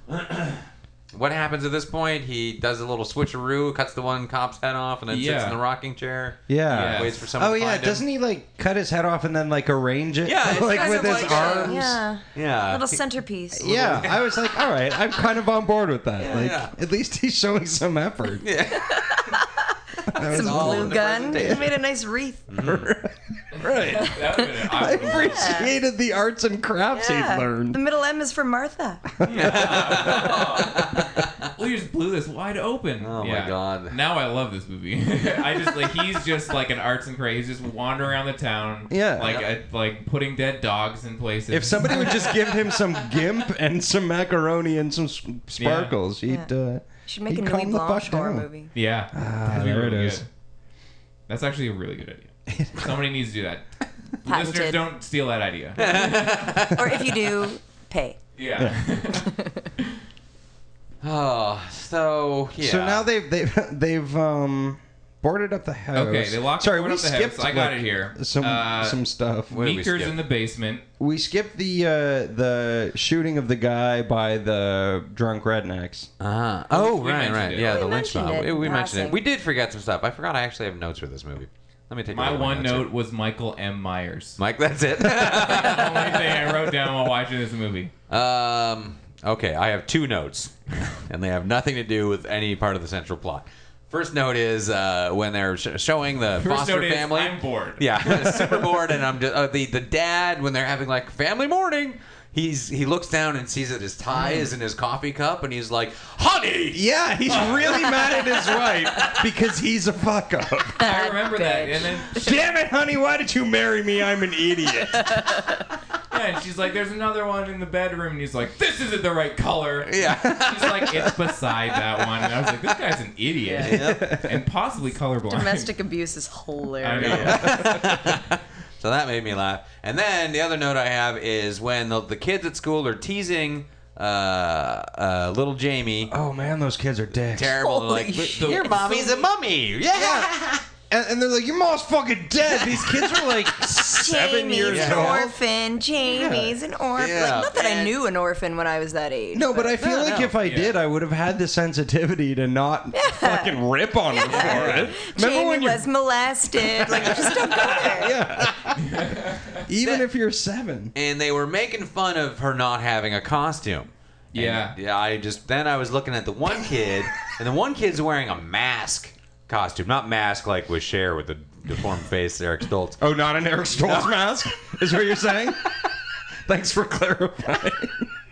S3: what happens at this point? He does a little switcheroo, cuts the one cop's head off, and then sits
S4: Yeah.
S3: in the rocking chair.
S5: Yeah.
S3: waits for someone.
S5: Oh
S3: to
S5: yeah,
S3: find him.
S5: doesn't he like cut his head off and then like arrange it? <laughs>
S3: Yeah, it's
S5: like
S3: kind
S5: with
S3: of
S5: his
S3: like uh, that.
S5: arms.
S6: Yeah.
S3: Yeah,
S6: Little
S3: He-
S6: centerpiece.
S5: Yeah, I was like, all right, I'm kind of on board with that. like,
S3: yeah.
S5: at least he's showing
S3: <laughs>
S5: some effort.
S6: Some
S3: all in
S6: glue
S3: the
S6: gun.
S3: presentation.
S6: You made a nice wreath.
S5: Right.
S4: That would've been-
S5: <laughs> I
S4: I would've-
S5: appreciated the arts and crafts
S6: Yeah.
S5: he
S6: The
S5: learned.
S6: middle M is for Martha.
S4: <laughs> well, you just blew this wide open.
S3: Oh, my
S4: Yeah.
S3: God.
S4: Now I love this movie. <laughs> I just like he's just like an arts and crafts. He's just wandering around the town.
S5: Yeah.
S4: Like uh, like putting dead dogs in places.
S5: If somebody would just give him some gimp and some macaroni and some s- sparkles, he'd. Uh,
S6: Should make
S5: He
S6: a Louis
S5: calmed the
S6: Blanc
S5: fuck
S6: horror
S5: down.
S6: movie.
S4: Yeah.
S3: Ah,
S4: That'd be
S5: there it
S4: really
S5: is.
S4: good. That's actually a really good idea. Somebody needs to do that.
S6: Patented.
S4: Listeners, don't steal that
S3: <laughs>
S4: idea.
S6: Or if
S4: <laughs>
S6: you do, pay.
S4: Yeah.
S3: Oh, so yeah.
S5: So now they've they've <laughs> they've um boarded up the house.
S4: okay, they locked
S5: Sorry,
S4: everyone
S5: we
S4: up the
S5: skipped.
S4: house. I got
S5: like,
S4: it here.
S5: Some
S4: Uh,
S5: some
S4: <laughs>
S5: stuff.
S3: did we
S4: Meeker's
S3: skip?
S4: in the basement.
S5: We skipped the uh, the shooting of the guy by the drunk rednecks.
S3: Uh-huh. Oh,
S4: we
S3: right,
S4: mentioned
S3: right.
S4: it.
S3: Yeah,
S6: We
S3: the lynch
S6: mentioned
S3: mob.
S6: it
S3: We- We
S6: in
S3: mentioned it.
S6: passing.
S3: We did forget some stuff. I forgot I actually have notes for this movie. Let me take a
S4: My
S3: look at
S4: one
S3: notes here.
S4: note was Michael M. Myers.
S3: Mike, that's <laughs> it.
S4: That's the <laughs> only thing I wrote down while watching this movie.
S3: Um, okay, I have two notes, <laughs> and they have nothing to do with any part of the central plot. First note is uh, when they're sh- showing the
S4: First
S3: foster
S4: note is,
S3: family.
S4: I'm bored. <laughs>
S3: Yeah, <laughs> super bored, and I'm just uh, the the dad when they're having like family morning. He's he looks down and sees that his tie is in his coffee cup, and he's like, "Honey,
S5: Yeah, he's really <laughs> mad at his wife because he's a fuck
S4: <laughs>
S5: up.
S4: I remember that.
S6: <laughs> bitch.
S4: And then
S5: Damn it, honey, why did you marry me? I'm an idiot.
S4: And she's like, "There's another one in the bedroom," and he's like, "This isn't the right color."
S3: Yeah.
S4: She's like, "It's beside that one." And I was like, "This guy's an idiot and possibly colorblind."
S6: Domestic abuse is
S4: <laughs> I
S6: hilarious.
S4: know.
S3: <laughs> So that made me laugh. And then the other note I have is when the, the kids at school are teasing uh, uh, little Jamie.
S5: <laughs> Oh man, those kids are dicks.
S3: Terrible. They're like,
S6: shit.
S3: your mommy's a mummy. Yeah.
S5: And, and they're like, your mom's fucking dead. These kids are like,
S1: Seven years
S6: Jamie's an
S1: old.
S6: orphan. Jamie's an orphan.
S3: Yeah.
S6: Like, not that I
S3: And-
S6: knew an orphan when I was that age.
S5: no, but I feel
S3: No,
S5: like
S3: no.
S5: if I did, I would have had the sensitivity
S3: <laughs>
S5: to not fucking rip on them for it. Remember when
S6: Jamie
S5: you're
S6: was molested. Like,
S5: <laughs>
S6: just don't go there.
S5: yeah. Even if you're seven.
S3: And they were making fun of her not having a costume.
S4: Yeah.
S3: Yeah, I just then I was looking at the one
S5: <laughs>
S3: kid, and the one kid's wearing a mask costume, not mask like with Cher with the deformed face, Eric Stoltz.
S5: Oh, not an Eric Stoltz mask? Is what you're <laughs> saying? Thanks for clarifying.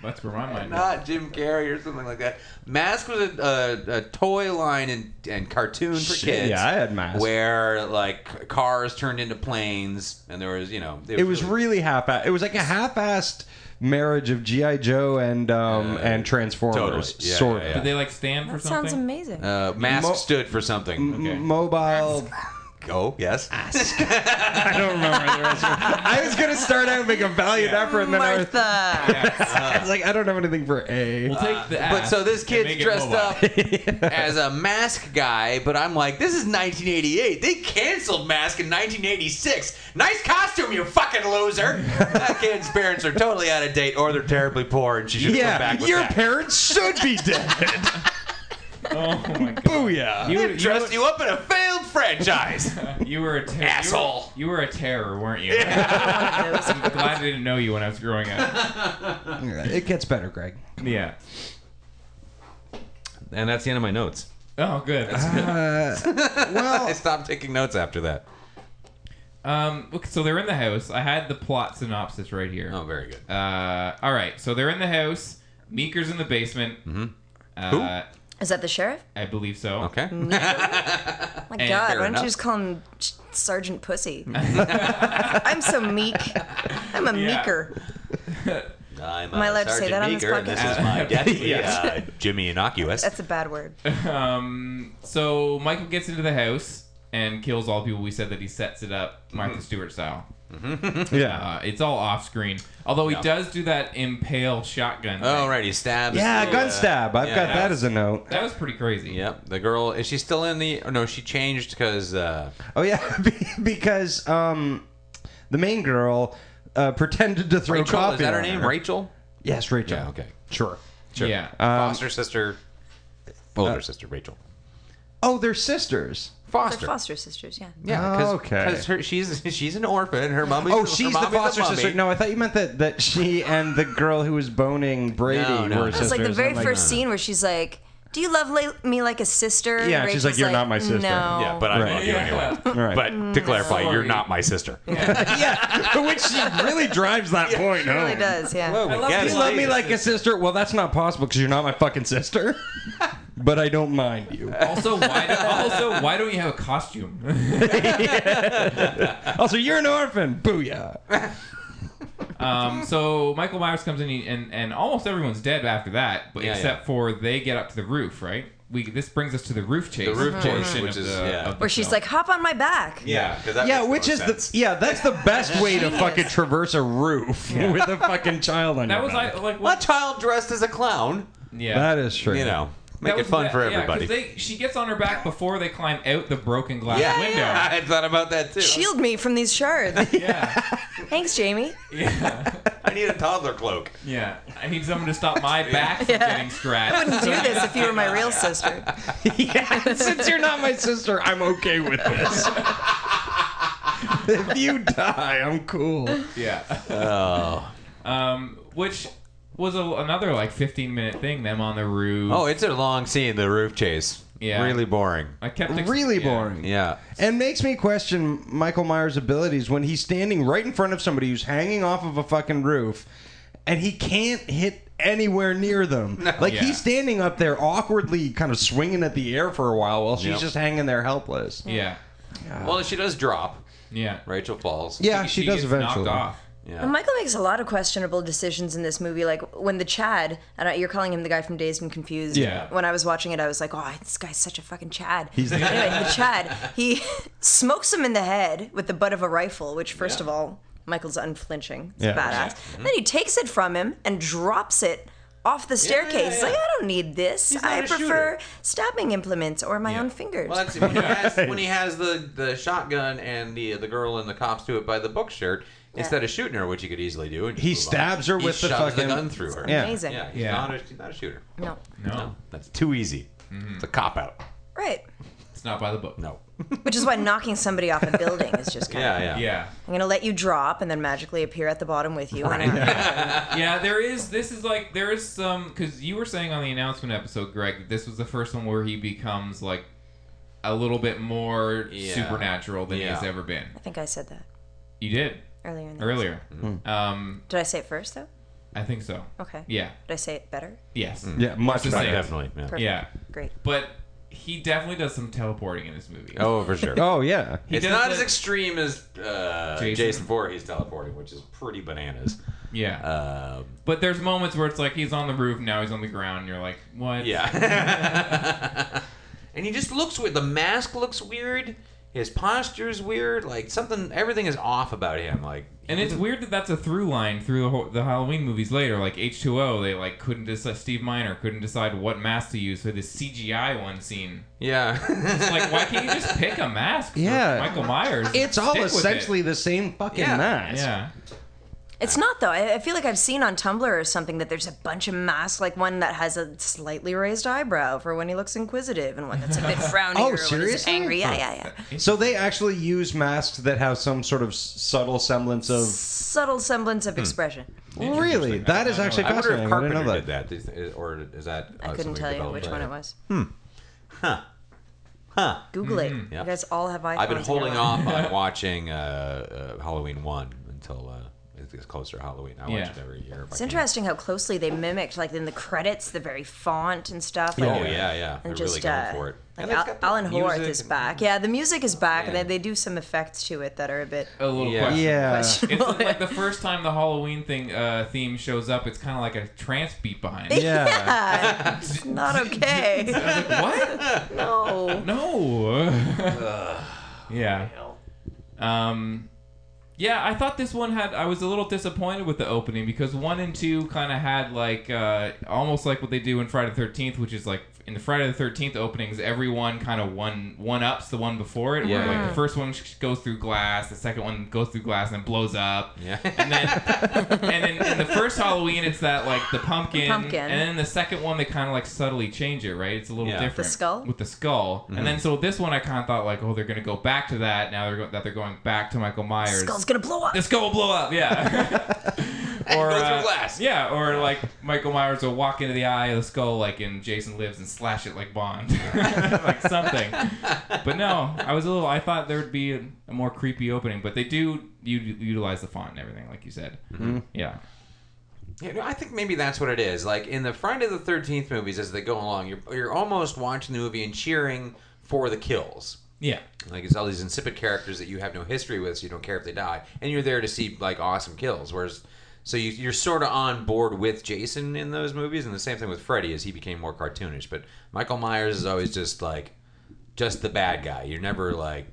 S4: That's where my
S3: <laughs>
S4: mind.
S3: Not Jim Carrey or something like that. Mask was a, a, a toy line and, and cartoon for
S5: Shit,
S3: kids.
S5: yeah, I had Mask.
S3: Where like c- cars turned into planes, and there was you know
S5: It was really half. It was like a half-assed marriage of GI Joe and um, and Transformers,
S3: totally. Yeah,
S5: sort
S3: yeah,
S5: of.
S3: yeah.
S4: Did they like stand for
S6: That
S4: something?
S6: sounds amazing.
S3: uh, mask
S5: Mo-
S3: stood for something.
S5: M- Ah, Mobile.
S3: Go Oh, yes.
S5: I don't remember the rest. Of it. <laughs> I was gonna start out making a valiant effort, and then I was,
S6: Martha.
S3: Uh-huh.
S5: I was like, I don't know anything for A. <laughs>
S4: We'll take
S3: <laughs>
S4: the
S3: Uh, But
S4: ass
S3: so this
S4: and
S3: kid's
S4: make it
S3: dressed
S4: mobile.
S3: up as a mask guy, but I'm like, this is 1988. They canceled Mask in 1986. Nice costume, you fucking loser. that kid's parents are totally out of date, or they're terribly poor, and she should come
S5: Yeah,
S3: back with
S5: your
S3: that.
S5: parents should
S3: <laughs>
S5: be dead.
S4: Oh my god.
S5: Booyah!
S4: You,
S3: They dressed you up in a failed franchise.
S4: You were a ter-
S3: Asshole.
S4: You were, you were a terror, weren't you?
S5: <laughs>
S6: Those-
S4: I'm glad I didn't know you when I was growing up.
S5: It gets better, Greg.
S4: Yeah.
S3: <laughs> and that's the end of my notes.
S4: Oh, good.
S3: Ah.
S5: Uh,
S3: I stopped taking notes after that.
S4: Um, okay, so they're in the house. I had the plot synopsis right here.
S3: Oh, very good.
S4: Uh, all right. So they're in the house. Meeker's in the basement. Mm-hmm. Uh,
S6: Is that the sheriff? Oh
S4: I believe so.
S6: <laughs>
S3: Okay. <laughs>
S6: My
S4: And
S6: God,
S3: fair
S6: why don't
S3: enough.
S6: you just call him Sh-
S4: <laughs>
S6: Sergeant Pussy? I'm so meek. I'm a
S4: Yeah.
S6: meeker.
S3: I'm
S6: Am I allowed to say that on this
S3: Meeker, and this
S6: podcast?
S3: is <laughs> my
S6: <laughs>
S3: deputy, uh, Jimmy Innocuous.
S6: That's a bad word.
S4: Um, so Michael gets into the house and kills all the people. We said that he sets it up
S3: Mm-hmm.
S4: Martha Stewart style.
S5: <laughs> Yeah.
S4: Uh, it's all off screen. Although he does do that impale shotgun.
S3: Oh,
S4: thing.
S3: right. He stabs.
S5: Yeah,
S3: the,
S5: gun
S3: uh,
S5: stab. I've
S3: yeah,
S5: got
S3: yeah.
S5: that as a note.
S4: That was pretty crazy.
S3: Yep. The girl is she still in the? Or no, she changed because uh,
S5: Oh yeah, <laughs> be- because um, the main girl uh, pretended to throw
S3: Rachel
S5: coffee.
S3: is that her
S5: on
S3: name?
S5: her.
S3: Rachel.
S5: Yes, Rachel.
S3: Yeah, okay.
S5: Sure.
S4: Yeah.
S3: Foster sister. Older sister Rachel.
S5: Oh, they're sisters.
S6: They're
S3: Foster.
S6: foster sisters, yeah.
S3: Yeah.
S5: Oh, okay.
S3: Because she's she's an orphan. Her mom.
S5: Oh, she's the foster sister. No, I thought you meant that, that she and the girl who was boning Brady
S3: No, no.
S5: were
S3: It's
S5: sisters.
S6: It's like the very
S5: I'm
S6: first scene where she's like, "Do you love la- me like a sister?" And
S5: Yeah, she's like, "You're not my sister."
S6: No.
S3: Yeah, but I
S5: Right.
S3: love you anyway. Mm.
S5: All right.
S3: Oh. But to clarify, you're
S4: Sorry.
S3: not my sister.
S5: yeah, which she really drives that point
S6: she really
S5: home.
S6: does. Yeah.
S3: Whoa, we
S4: love
S3: get
S5: You
S4: you.
S3: it.
S5: love me like a sister. Well, that's not possible because you're not my fucking sister. but I don't mind you.
S4: Also,
S3: <laughs>
S4: why? Do, also, why don't you have a costume? <laughs>
S5: Also, you're an orphan. Booyah.
S4: <laughs> Um, so Michael Myers comes in, and and almost everyone's dead after that, but
S3: Yeah,
S4: except for they get up to the roof, right? We this brings us to the roof chase.
S3: The roof chase,
S4: portion
S3: which
S4: of
S3: is-
S4: the-
S3: yeah.
S4: of the
S6: Where she's
S4: film.
S6: like, "Hop on my back."
S3: Yeah. 'cause that
S5: Yeah,
S3: makes
S5: which
S3: more
S5: is
S3: sense.
S5: the yeah, that's the best way to fucking traverse a roof <laughs> with a fucking child on
S4: that
S5: your
S4: was
S5: back.
S4: like like
S3: Well, a
S4: what?
S3: child dressed as a clown.
S4: Yeah,
S5: That is true.
S3: You know,
S4: That
S3: make it
S4: was
S3: fun
S4: that-
S3: for
S4: yeah, 'cause
S3: everybody.
S4: they- she gets on her back before they climb out the broken glass
S3: yeah,
S4: window.
S3: yeah. I thought about that too.
S6: Shield me from these
S5: <laughs>
S6: shards.
S4: Yeah.
S6: Thanks, Jamie.
S4: yeah,
S3: I need a toddler cloak.
S4: yeah. I need someone to stop my
S3: <laughs>
S4: back from getting scratched. <laughs>
S6: Do this if you were my real sister.
S5: <laughs> yeah, since you're not my sister, I'm okay with this. if you die, I'm cool.
S4: Yeah.
S3: Oh.
S4: Um, which was a, another like 15 minute thing. Them on the roof.
S3: Oh, it's a long scene, the roof chase.
S4: Yeah.
S3: Really boring.
S4: I kept ex-
S5: Really
S4: yeah.
S5: boring.
S3: Yeah.
S5: And makes me question Michael Myers' abilities when he's standing right in front of somebody who's hanging off of a fucking roof and he can't hit anywhere near them. Like
S4: Yeah.
S5: he's standing up there awkwardly kind of swinging at the air for a while while she's
S3: Yep.
S5: just hanging there helpless.
S4: Yeah.
S3: Well, she does drop.
S4: Yeah.
S3: Rageful falls.
S5: Yeah, she, does
S4: gets
S5: eventually.
S4: Knocked off.
S3: Yeah.
S6: And Michael makes a lot of questionable decisions in this movie. Like when the Chad, and I- you're calling him the guy from Dazed and Confused.
S5: Yeah.
S6: When I was watching it, I was like, oh, this guy's such a fucking Chad. anyway,
S3: <laughs>
S6: the Chad, he <laughs> smokes him in the head with the butt of a rifle, which, first
S3: Yeah.
S6: of all, Michael's unflinching. It's
S5: Yeah.
S6: badass. Then he takes it from him and drops it off the staircase. He's like, I don't need this.
S3: He's not
S6: I
S3: a shooter."
S6: prefer stabbing implements or my own fingers.
S3: Well, that's when he has, when he has the, the shotgun and the the girl and the cops do it by the book shirt instead of shooting her, which he could easily do. And just
S5: He
S3: move on.
S5: stabs her
S3: He
S5: with the
S3: shoves
S5: fucking-
S3: gun through her.
S5: Yeah.
S6: Amazing.
S3: yeah, he's
S4: Yeah.
S3: Not, a, he's not a shooter.
S6: No.
S4: No,
S3: No, that's too easy. It's a cop out.
S6: Right.
S4: it's not by the book.
S3: No.
S6: Which is why knocking somebody off a building is just kind
S3: Yeah,
S6: of.
S3: yeah,
S4: Yeah.
S6: I'm going to let you drop and then magically appear at the bottom with you.
S3: Right.
S4: yeah, there is. This is like there is some because you were saying on the announcement episode, Greg, that this was the first one where he becomes like a little bit more
S3: Yeah.
S4: supernatural than
S3: Yeah.
S4: he's ever been.
S6: I think I said that
S4: You did
S6: earlier in the
S4: earlier. Um,
S6: Did I say it first, though?
S4: I think so.
S6: Okay.
S4: Yeah.
S6: Did I say it better?
S4: Yes.
S5: Yeah, much
S4: Just
S5: better.
S4: say it.
S3: Definitely. yeah.
S6: Perfect.
S4: Yeah.
S6: Great.
S4: But he definitely does some teleporting in this movie.
S3: Oh, for sure.
S5: Oh yeah.
S4: He
S3: it's
S4: does
S3: not
S4: the-
S3: as extreme as uh,
S4: Jason?
S3: Jason. Voorhees teleporting, which is pretty bananas.
S4: Yeah.
S3: Um,
S4: but there's moments where it's like he's on the roof now, he's on the ground, and you're like, what?
S3: yeah. <laughs> and he just looks weird. The mask looks weird. His posture's weird. Like something, everything is off about him. Like,
S4: And <laughs> it's weird that that's a through line through the, whole, the Halloween movies later. Like H2O, they like couldn't decide. Steve Miner couldn't decide what mask to use for this CGI one scene.
S3: yeah,
S4: It's like, why can't you just pick a mask? For
S5: Yeah.
S4: Michael Myers.
S5: It's all
S4: Stick with it.
S5: essentially the same fucking
S3: Yeah.
S5: mask.
S4: Yeah.
S6: It's not though. I, I feel like I've seen on Tumblr or something that there's a bunch of masks, like one that has a slightly raised eyebrow for when he looks inquisitive, and one that's a
S4: <laughs>
S6: bit frowny
S5: Oh,
S6: or when he's
S5: seriously?
S6: angry. Yeah, yeah, yeah.
S5: So they actually use masks that have some sort of s- subtle semblance of.
S6: Subtle semblance
S4: Hmm.
S6: of expression.
S5: Really, that is
S3: <laughs>
S5: actually
S3: I wonder
S5: fascinating.
S3: if
S5: I didn't
S3: Carpenter
S5: know that.
S3: did that, Is- is- or is that?
S6: I
S3: uh,
S6: couldn't
S3: something
S6: tell you
S3: developed
S6: which one
S3: later?
S6: it was.
S3: Hmm. Huh? Huh?
S6: Google it.
S4: Hmm.
S3: Yeah.
S6: You guys all have iPhones.
S3: I've been
S6: in your
S3: holding
S6: life.
S3: off
S6: <laughs>
S3: on watching uh, uh, Halloween one until uh, it gets closer to Halloween. I
S4: Yeah.
S3: watch it every year. if
S6: It's
S3: I can.
S6: interesting how closely they mimicked, like in the credits, the very font and stuff. Like,
S3: Oh yeah, yeah. They're
S6: and just
S3: really going
S6: uh,
S3: for it.
S6: like
S3: And they've
S6: Al-
S3: got the
S6: Alan Horth
S3: music
S6: is
S3: and-
S6: back. Yeah, the music is back, and
S3: Yeah.
S6: then they do some effects to it that are a bit.
S4: A little
S3: Yeah.
S4: question.
S6: <laughs>
S5: Yeah.
S3: <laughs>
S4: It's like the first time the Halloween thing uh, theme shows up, it's kind of like a trance beat behind it.
S5: Yeah.
S6: Yeah, it's not
S3: <laughs>
S6: okay.
S4: Like, what?
S6: No.
S4: No. <laughs> yeah. Um, yeah, I thought this one had. I was a little disappointed with the opening because one and two kind of had like uh, almost like what they do in Friday the Thirteenth, which is like in the Friday the Thirteenth openings, everyone kind of one one ups the one before it.
S3: Yeah.
S4: Where like the first one sh- goes through glass, the second one goes through glass and then blows up.
S3: Yeah.
S4: And then, and then in the first Halloween, it's that like the pumpkin,
S6: pumpkin.
S4: and then the second one they kind of like subtly change it, right? It's a little
S3: Yeah.
S4: different.
S6: The skull?
S4: with the skull, and then so this one I kind of thought like, oh, they're gonna go back to that now. They're go- that they're going back to Michael Myers.
S6: <laughs> Skull's gonna blow up.
S4: the skull will blow
S3: <laughs>
S4: up, yeah. or
S3: Go through
S4: uh,
S3: glass.
S4: yeah, or like Michael Myers will walk into the eye of the skull like in Jason Lives and slash it like Bond, <laughs> like something. But no, I was a little. I thought there would be a, a more creepy opening, but they do u- utilize the font and everything, like you said. Yeah.
S3: Yeah, no, I think maybe that's what it is. Like in the Friday the Thirteenth movies, as they go along, you're you're almost watching the movie and cheering for the kills.
S4: Yeah.
S3: Like it's all these insipid characters that you have no history with, so you don't care if they die, and you're there to see like awesome kills. Whereas, so you, you're sort of on board with Jason in those movies, and the same thing with Freddy as he became more cartoonish. But Michael Myers is always just like, just the bad guy. You're never like,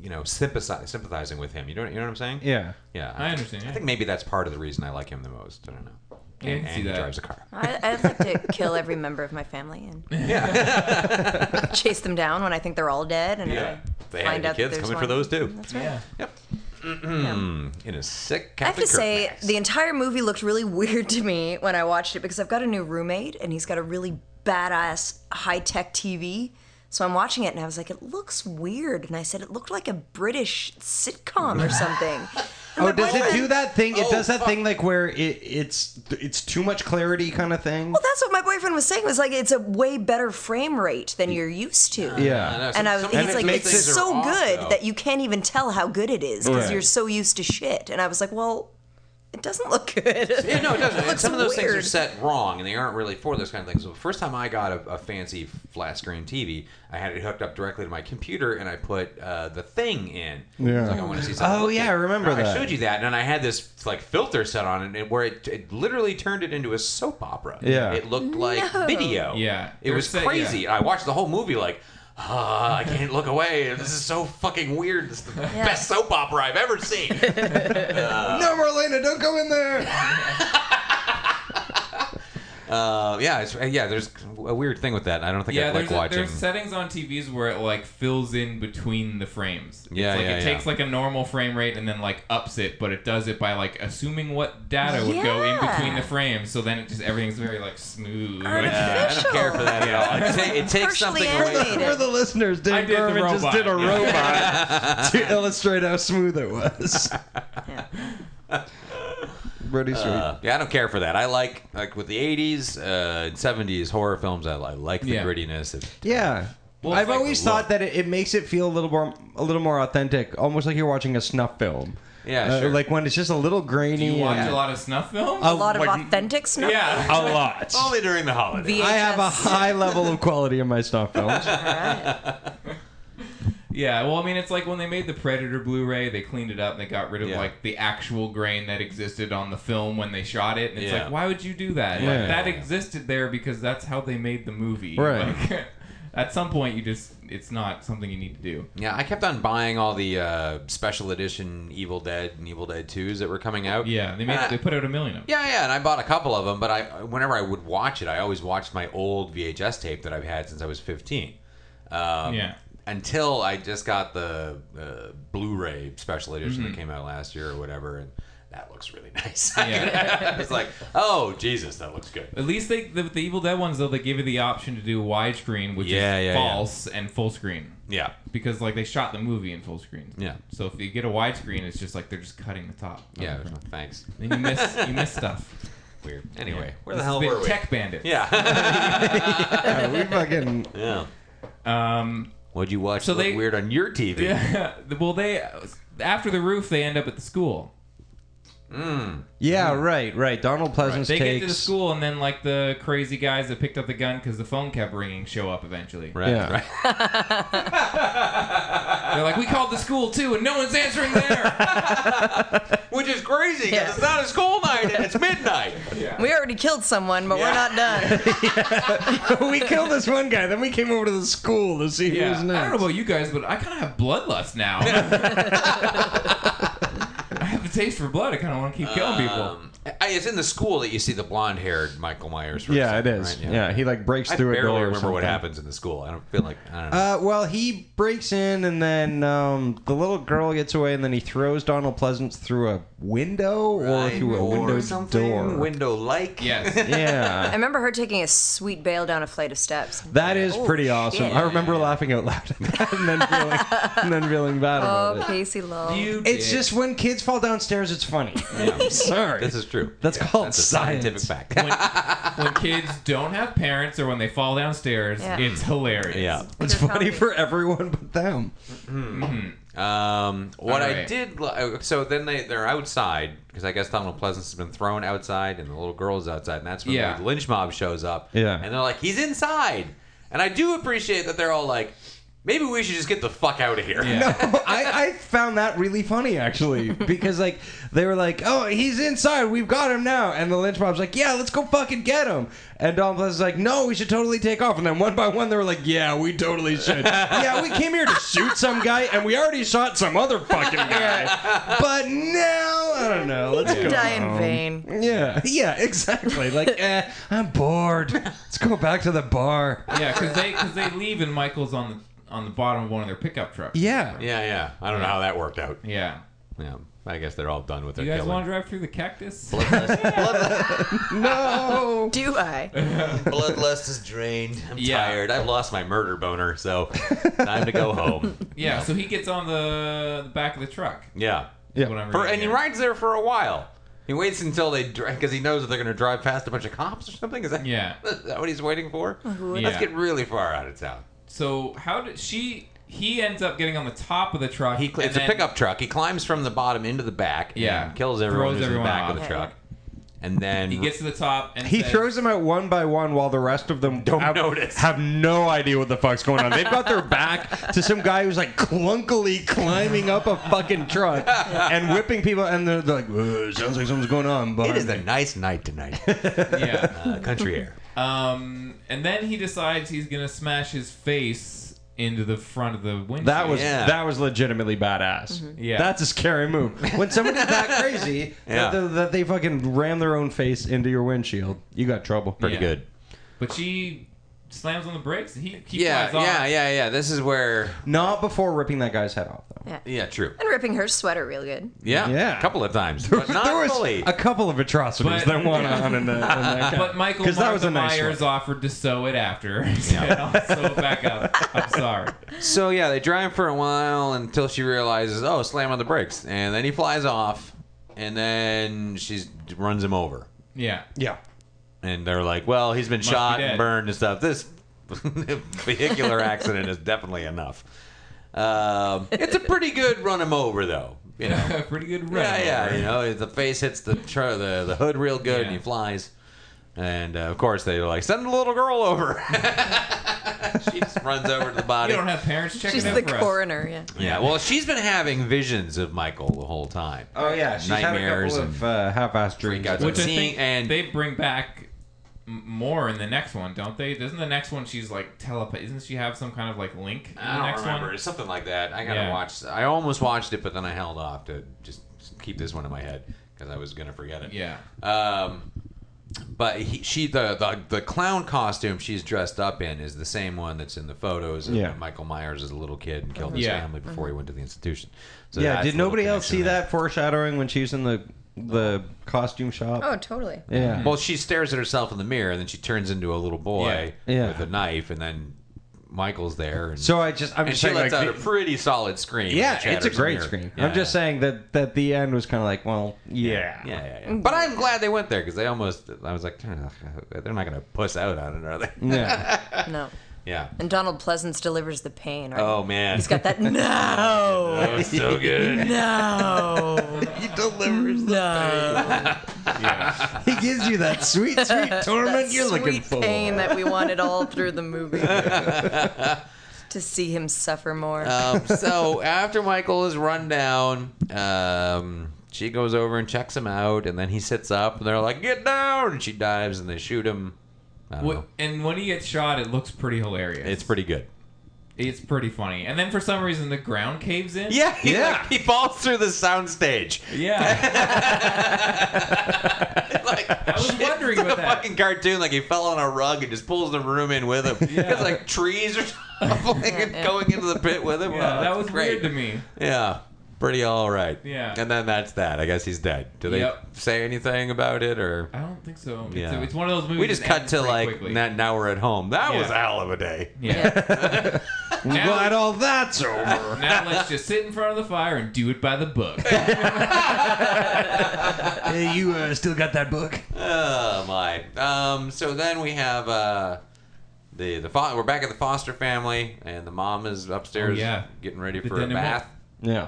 S3: you know, sympathize, sympathizing with him. You know, you know what I'm saying?
S5: Yeah.
S3: Yeah,
S4: I understand,
S3: I
S4: yeah.
S3: think maybe that's part of the reason I like him the most. I don't know.
S4: Yeah, I can
S3: And,
S4: see
S3: and he
S4: that.
S3: drives a <laughs> car.
S6: I, I'd like to kill every member of my family
S3: <laughs>
S6: and chase them down when I think they're all dead, and
S3: Yeah.
S6: if I
S3: They had
S6: find
S3: any
S6: out that
S3: kids
S6: there's
S3: coming
S6: one.
S3: for those too.
S6: That's right.
S3: In a sick
S6: I have
S3: Captain
S6: to
S3: Kirk
S6: say,
S3: mask.
S6: the entire movie looked really <laughs> weird to me when I watched it because I've got a new roommate and he's got a really badass high tech TV. So I'm watching it and I was like, it looks weird. And I said, it looked like a British sitcom or something.
S5: Oh, does it do that thing? It
S3: Oh,
S5: does that
S3: fuck.
S5: thing like where it, it's it's too much clarity kind of thing.
S6: Well, that's what my boyfriend was saying was like, it's a way better frame rate than you're used to.
S3: I
S5: Yeah.
S3: know,
S6: And
S3: some-
S6: I was,
S3: some
S6: he's
S3: of these
S6: like,
S3: things
S6: it's
S3: are
S6: so
S3: off,
S6: good
S3: though.
S6: that you can't even tell how good it is because
S5: Right.
S6: you're so used to shit. And I was like, well, it doesn't look good.
S3: <laughs> Yeah, no, it
S6: <laughs>
S3: doesn't. And
S6: looks
S3: some of those things are
S6: weird.
S3: set wrong, and they aren't really for those kind of things. So the first time I got a, a fancy flat screen TV, I had it hooked up directly to my computer, and I put uh, the thing in.
S5: Yeah.
S3: It's like I want to see something.
S5: Oh, yeah, I remember
S3: Now,
S5: that.
S3: I showed you that, and then I had this like filter set on it, and where it, it literally turned it into a soap opera.
S5: Yeah.
S3: it looked like
S6: No.
S3: video.
S4: Yeah.
S3: Oh. it
S4: They're
S3: was
S4: set-
S3: crazy.
S4: yeah.
S3: And I watched the whole movie like. Ah, I can't look away. This is so fucking weird. This is the
S6: Yeah.
S3: best soap opera I've ever
S6: <laughs>
S3: seen.
S5: no, Marlena, don't go in there.
S3: Uh, yeah, it's, uh, yeah. There's a weird thing with that. I don't think
S4: Yeah,
S3: I like
S4: there's, a,
S3: watching.
S4: there's settings on TVs where it like fills in between the frames. It's
S3: Yeah,
S4: like
S3: yeah,
S4: it
S3: yeah.
S4: takes like a normal frame rate and then like ups it, but it does it by like assuming what data would go in
S6: Yeah.
S4: between the frames. So then it just everything's very like smooth.
S6: Artificial.
S3: Yeah, <laughs> I don't care for that at all. It, ta- it takes something
S6: Partially
S3: away.
S6: animated.
S5: For the listeners,
S4: I
S5: Dave
S4: did the
S5: Gorman just
S4: robot.
S5: did a
S4: Yeah.
S3: <laughs>
S5: robot to illustrate how smooth it was.
S6: Yeah.
S5: Pretty sweet.
S3: Uh, yeah, I don't care for that. I like like with the '80s uh, and '70s horror films. I, I like the
S4: Yeah.
S3: grittiness. Of,
S5: yeah.
S4: Well,
S5: I've
S4: like,
S5: always
S3: look.
S5: thought that it, it makes it feel a little more a little more authentic, almost like you're watching a snuff film.
S3: Yeah,
S5: Uh,
S3: sure.
S5: Like when it's just a little grainy.
S4: You watch
S5: and-
S4: a lot of snuff films?
S3: Oh,
S6: A lot of
S5: What-
S6: authentic snuff.
S4: yeah.
S5: a lot.
S3: only during the holidays.
S6: VHS.
S5: I have a high level of quality in my snuff films.
S4: Yeah, well, I mean, it's like when they made the Predator Blu-ray, they cleaned it up and they got rid of
S3: Yeah.
S4: like the actual grain that existed on the film when they shot it. And it's
S3: Yeah.
S4: like, why would you do that? Like,
S5: Yeah.
S4: that existed there because that's how they made the movie.
S5: Right.
S4: Like, <laughs> at some point, you just it's not something you need to do.
S3: Yeah, I kept on buying all the uh, special edition Evil Dead and Evil Dead Twos that were coming out.
S4: Yeah, they made
S3: Ah.
S4: they put out a million of them.
S3: Yeah, yeah, and I bought a couple of them, but I whenever I would watch it, I always watched my old VHS tape that I've had since I was 15. Um,
S4: Yeah.
S3: Until I just got the uh, Blu-ray special edition that came out last year or whatever, and that looks really <laughs> nice.
S4: Yeah.
S3: <laughs> I was like, oh Jesus, that looks good.
S4: At least they the, the Evil Dead ones though they give you the option to do widescreen, which
S3: Yeah,
S4: is
S3: yeah, yeah.
S4: false, and full screen
S3: Yeah,
S4: because like they shot the movie in full screen.
S3: Yeah.
S4: So if you get a widescreen, it's just like they're just cutting the top. of
S3: yeah.
S4: the
S3: there's
S4: frame.
S3: no- Thanks.
S4: Then you miss you miss stuff.
S3: Weird. Anyway, where
S4: This
S3: the
S4: has
S3: hell
S4: been
S3: were we?
S4: Tech Bandit. <laughs>
S3: Yeah.
S5: Yeah, we fucking
S3: yeah. <laughs>
S4: Um.
S3: What'd you watch?
S4: So
S3: that looked
S4: they-
S3: weird on your TV.
S4: Yeah. Well, they after the roof, they end up at the school.
S5: yeah, right, right. Donald Pleasance
S4: They get
S5: takes
S4: to the school, and then like the crazy guys that picked up the gun because the phone kept ringing show up eventually.
S3: Right.
S5: Yeah.
S3: Right.
S4: They're like, we called the school too, and no one's answering
S5: <laughs>
S4: there.
S3: Which is crazy because
S6: Yeah.
S3: it's not a school night and it's <laughs> midnight.
S6: <laughs> We already killed someone, but
S3: Yeah.
S6: we're not done.
S5: <laughs> we killed this one guy, then we came over to the school to see
S4: yeah.
S5: who was
S4: I
S5: next.
S4: don't know about you guys, but I kind of have bloodlust
S3: <laughs>
S4: now. <laughs> I have a taste for blood. I kind of want to keep killing people.
S3: Um, I, it's in the school that you see the blonde-haired Michael Myers. for a
S5: yeah, it
S3: second,
S5: is.
S3: right?
S5: Yeah. he like breaks
S3: I
S5: through a
S3: barely
S5: door. or
S3: remember what
S5: something.
S3: happens in the school. I don't feel like I don't know.
S5: Uh, well, he breaks in, and then um, the little girl gets away, and then he throws Donald Pleasance through a window Uh, or through a window door.
S3: window like. <laughs>
S4: Yes.
S6: I <laughs>
S5: yeah,
S6: remember her taking a sweet bail down a flight of steps.
S5: that is
S6: Oh,
S5: pretty awesome.
S6: shit.
S5: I remember laughing out loud at that, and then feeling, and then feeling bad about
S6: Oh,
S5: it.
S6: Casey Lowe.
S4: You
S5: It's
S4: did.
S5: just when kids fall downstairs, it's funny. I'm <laughs> sorry.
S3: This is true.
S5: That's called
S3: That's a scientific
S5: science.
S3: fact.
S4: when kids don't have parents or when they fall downstairs,
S6: Yeah.
S4: it's hilarious.
S5: <laughs>
S3: yeah.
S5: It's
S6: They're
S5: funny
S6: comedy.
S5: for everyone but
S6: <laughs>
S5: them.
S3: Um, what I
S4: right.
S3: did, li- uh, so then they they're outside because I guess Donald Pleasance has been thrown outside and the little girl's outside, and that's when
S4: Yeah.
S3: the lynch mob shows up.
S5: Yeah.
S3: and they're like, "He's inside," and I do appreciate that they're all like, "Maybe we should just get the fuck out of here."
S4: Yeah.
S5: I, I found that really funny actually because like they were like, "Oh, he's inside. We've got him now." And the lynch mob's like, "Yeah, let's go fucking get him." And Don Pleasant's like, "No, we should totally take off." And then one by one, they were like, "Yeah, we totally
S6: <laughs>
S5: should. yeah, we came here to shoot some guy, and we already shot some other fucking guy. But now, I don't know. Let's go
S6: die in
S5: home."
S6: vain.
S5: Yeah, yeah, exactly. Like, eh, I'm bored. Let's go back to the bar.
S4: Yeah, because they because they leave and Michael's on the on the bottom of one of their pickup trucks.
S6: <laughs>
S5: Yeah.
S3: yeah, yeah. I don't know how that worked out.
S4: Yeah.
S3: Yeah, I guess they're all done with their
S4: You guys
S3: killing.
S4: want to drive through the cactus?
S5: No.
S6: Do I?
S3: <laughs> Bloodlust is drained. I'm
S4: Yeah.
S3: tired. I've lost my murder boner, <laughs> so time to go home.
S4: Yeah. So he gets on the, the back of the truck.
S3: Yeah.
S5: Yeah.
S4: Whatever.
S3: For, and he rides there for a while. He waits until they because he knows that they're going to drive past a bunch of cops or something. <laughs> Is that
S4: Yeah.
S3: Is that what he's waiting for?
S4: Yeah.
S3: Let's get really far out of town.
S4: So how did she? He ends up getting on the top of the truck.
S3: He, cl-
S4: and
S3: it's a
S4: then-
S3: pickup truck. He climbs from the bottom into the back. and
S4: Yeah.
S3: kills everyone
S4: Throws
S3: who's in the
S4: everyone
S3: back of
S4: off.
S3: the truck, and then
S4: He gets to the top and
S5: He
S4: says-
S5: throws them out one by one while the rest of them
S3: Don't
S5: have,
S3: notice.
S5: have no idea what the fuck's going on. They've got their back to some guy who's like clunkily climbing up a fucking truck and whipping people, and they're, they're like, "Ugh, "Sounds like something's going on." But
S3: It is a nice night
S4: <laughs>
S3: tonight.
S4: Yeah.
S3: uh, country air.
S4: Um, and then he decides he's gonna smash his face into the front of the windshield.
S5: That was
S3: Yeah. Mm-hmm.
S5: that was legitimately badass.
S4: Yeah.
S5: that's a scary move. When somebody's that crazy
S3: <laughs> Yeah.
S5: that, they, that they fucking ram their own face into your windshield, you got trouble.
S3: Pretty
S4: Yeah.
S3: good.
S4: But she slams on the brakes. And he, he
S3: Yeah,
S4: flies off.
S3: yeah, yeah, yeah. This is where.
S5: Not before ripping that guy's head off, though.
S3: Yeah, true.
S6: And ripping her sweater real good.
S3: Yeah,
S5: Yeah.
S3: A couple of times, but not
S5: <laughs> there was
S3: fully.
S5: a couple of atrocities
S4: But- <laughs>
S5: that went on in, the, in that. guy.
S4: But Michael
S5: <laughs> 'Cause
S4: Martha
S5: that was a nice
S4: Myers offered to sew it after. <laughs> Yeah. I'll sew it back up. I'm sorry.
S3: So yeah, they drive for a while until she realizes, oh, slam on the brakes, and then he flies off, and then she runs him over,
S4: Yeah. <laughs>
S5: yeah.
S3: and they're like, well, he's been
S4: Must be
S3: shot
S4: dead.
S3: and burned and stuff. This <laughs> vehicular accident is definitely enough. Um, it's a pretty good run him over though, you know.
S4: Pretty good run.
S3: Yeah, yeah,
S4: over.
S3: you know, the face hits the tr- the, the hood real good, and
S4: Yeah.
S3: he flies. And uh, of course, they were like, "Send the little girl over." <laughs> she just runs over to the body.
S4: You don't have parents checking
S6: She's
S4: out
S6: the
S4: for us.
S6: coroner, yeah.
S3: Yeah, well, she's been having visions of Michael the whole time.
S5: Oh yeah, she's had a
S3: Nightmares
S5: couple
S3: and-
S5: of uh, half-assed dreams.
S3: Freakouts.
S4: Which I
S3: Seeing
S4: think
S3: and-
S4: they bring back m- more in the next one, don't they? Doesn't the next one she's like telepath? Isn't she have some kind of like link in
S3: I
S4: the
S3: don't
S4: next
S3: remember.
S4: one?
S3: It's something like that. I gotta
S4: Yeah.
S3: watch. I almost watched it, but then I held off to just keep this one in my head because I was gonna forget it.
S4: Yeah.
S3: Um, but he, she the, the the clown costume she's dressed up in is the same one that's in the photos of
S5: Yeah.
S3: Michael Myers as a little kid and killed his
S4: Yeah.
S3: family before
S6: Mm-hmm.
S3: he went to the institution. So
S5: Yeah,
S3: that's
S5: did
S3: a little
S5: nobody else
S3: connection
S5: see
S3: there.
S5: that foreshadowing when she was in the the costume shop?
S6: Oh, totally.
S5: yeah.
S3: Well, she stares at herself in the mirror and then she turns into a little boy
S5: Yeah. Yeah.
S3: with a knife, and then Michael's there. And,
S5: So I just I'm
S3: and
S5: just
S3: she
S5: saying
S3: lets out
S5: like
S3: a
S5: the-
S3: pretty solid scream.
S5: yeah,
S3: that
S5: it's a
S3: shatters the
S5: great
S3: mirror.
S5: screen.
S3: Yeah.
S5: I'm just saying that that the end was kind of like, well, yeah.
S3: Yeah, yeah,
S6: Mm-hmm.
S3: yeah. But I'm glad they went there because they almost. I was like, "Ugh, they're not going to puss out on it, are they?
S5: Mm. Yeah.
S6: No.
S3: Yeah.
S6: And Donald Pleasance delivers the pain. Right?
S3: Oh man,
S6: He's got that.
S3: <laughs>
S6: No.
S3: that was
S6: <laughs>
S3: so good.
S6: No.
S3: he delivers.
S6: No.
S5: he gives you that sweet, sweet torment
S6: That
S5: you're looking
S6: sweet
S5: for.
S6: pain that we wanted all through the movie. to see him suffer more.
S3: Um, so after Michael is run down, um, she goes over and checks him out, and then he sits up, and they're like, "Get down!" And she dives, and they shoot him. I don't
S4: Wh-
S3: know.
S4: and when he gets shot, it looks pretty hilarious.
S3: It's pretty good.
S4: it's pretty funny. And then for some reason, the ground caves in.
S3: Yeah, <laughs> he,
S5: Yeah.
S3: like, he falls through the
S4: <laughs>
S3: soundstage. <laughs>
S4: yeah.
S3: like, I
S4: was wondering about
S3: a
S4: that.
S3: fucking cartoon. Like he fell on a rug and just pulls the room in with him.
S4: Yeah.
S3: It's like trees or <laughs> something
S6: yeah.
S3: going into the pit with him.
S4: Yeah,
S3: Oh,
S4: that
S3: it's
S4: was
S3: great.
S4: weird to me.
S3: Yeah, pretty all right.
S4: Yeah.
S3: and then that's that. I guess he's dead. Do they
S4: Yep.
S3: say anything about it or?
S4: I don't think so. It's,
S3: Yeah.
S4: it's one of those movies.
S3: We just
S4: that
S3: cut
S4: ends
S3: to
S4: pretty
S3: like
S4: quickly.
S3: na- now we're at home. That
S4: Yeah.
S3: was a hell of a day.
S4: Yeah.
S5: I'm
S4: <laughs> Now-
S5: glad all that's
S4: <laughs>
S5: over.
S4: now let's just sit in front of the fire and do it by
S3: <laughs>
S4: the book.
S5: hey, you uh, still got that book?
S3: Oh my. Um. So then we have uh, the the fo- we're back at the Foster family, and the mom is upstairs,
S4: Oh, yeah.
S3: getting ready
S4: The
S3: for a
S4: denim-
S3: bath.
S5: Yeah.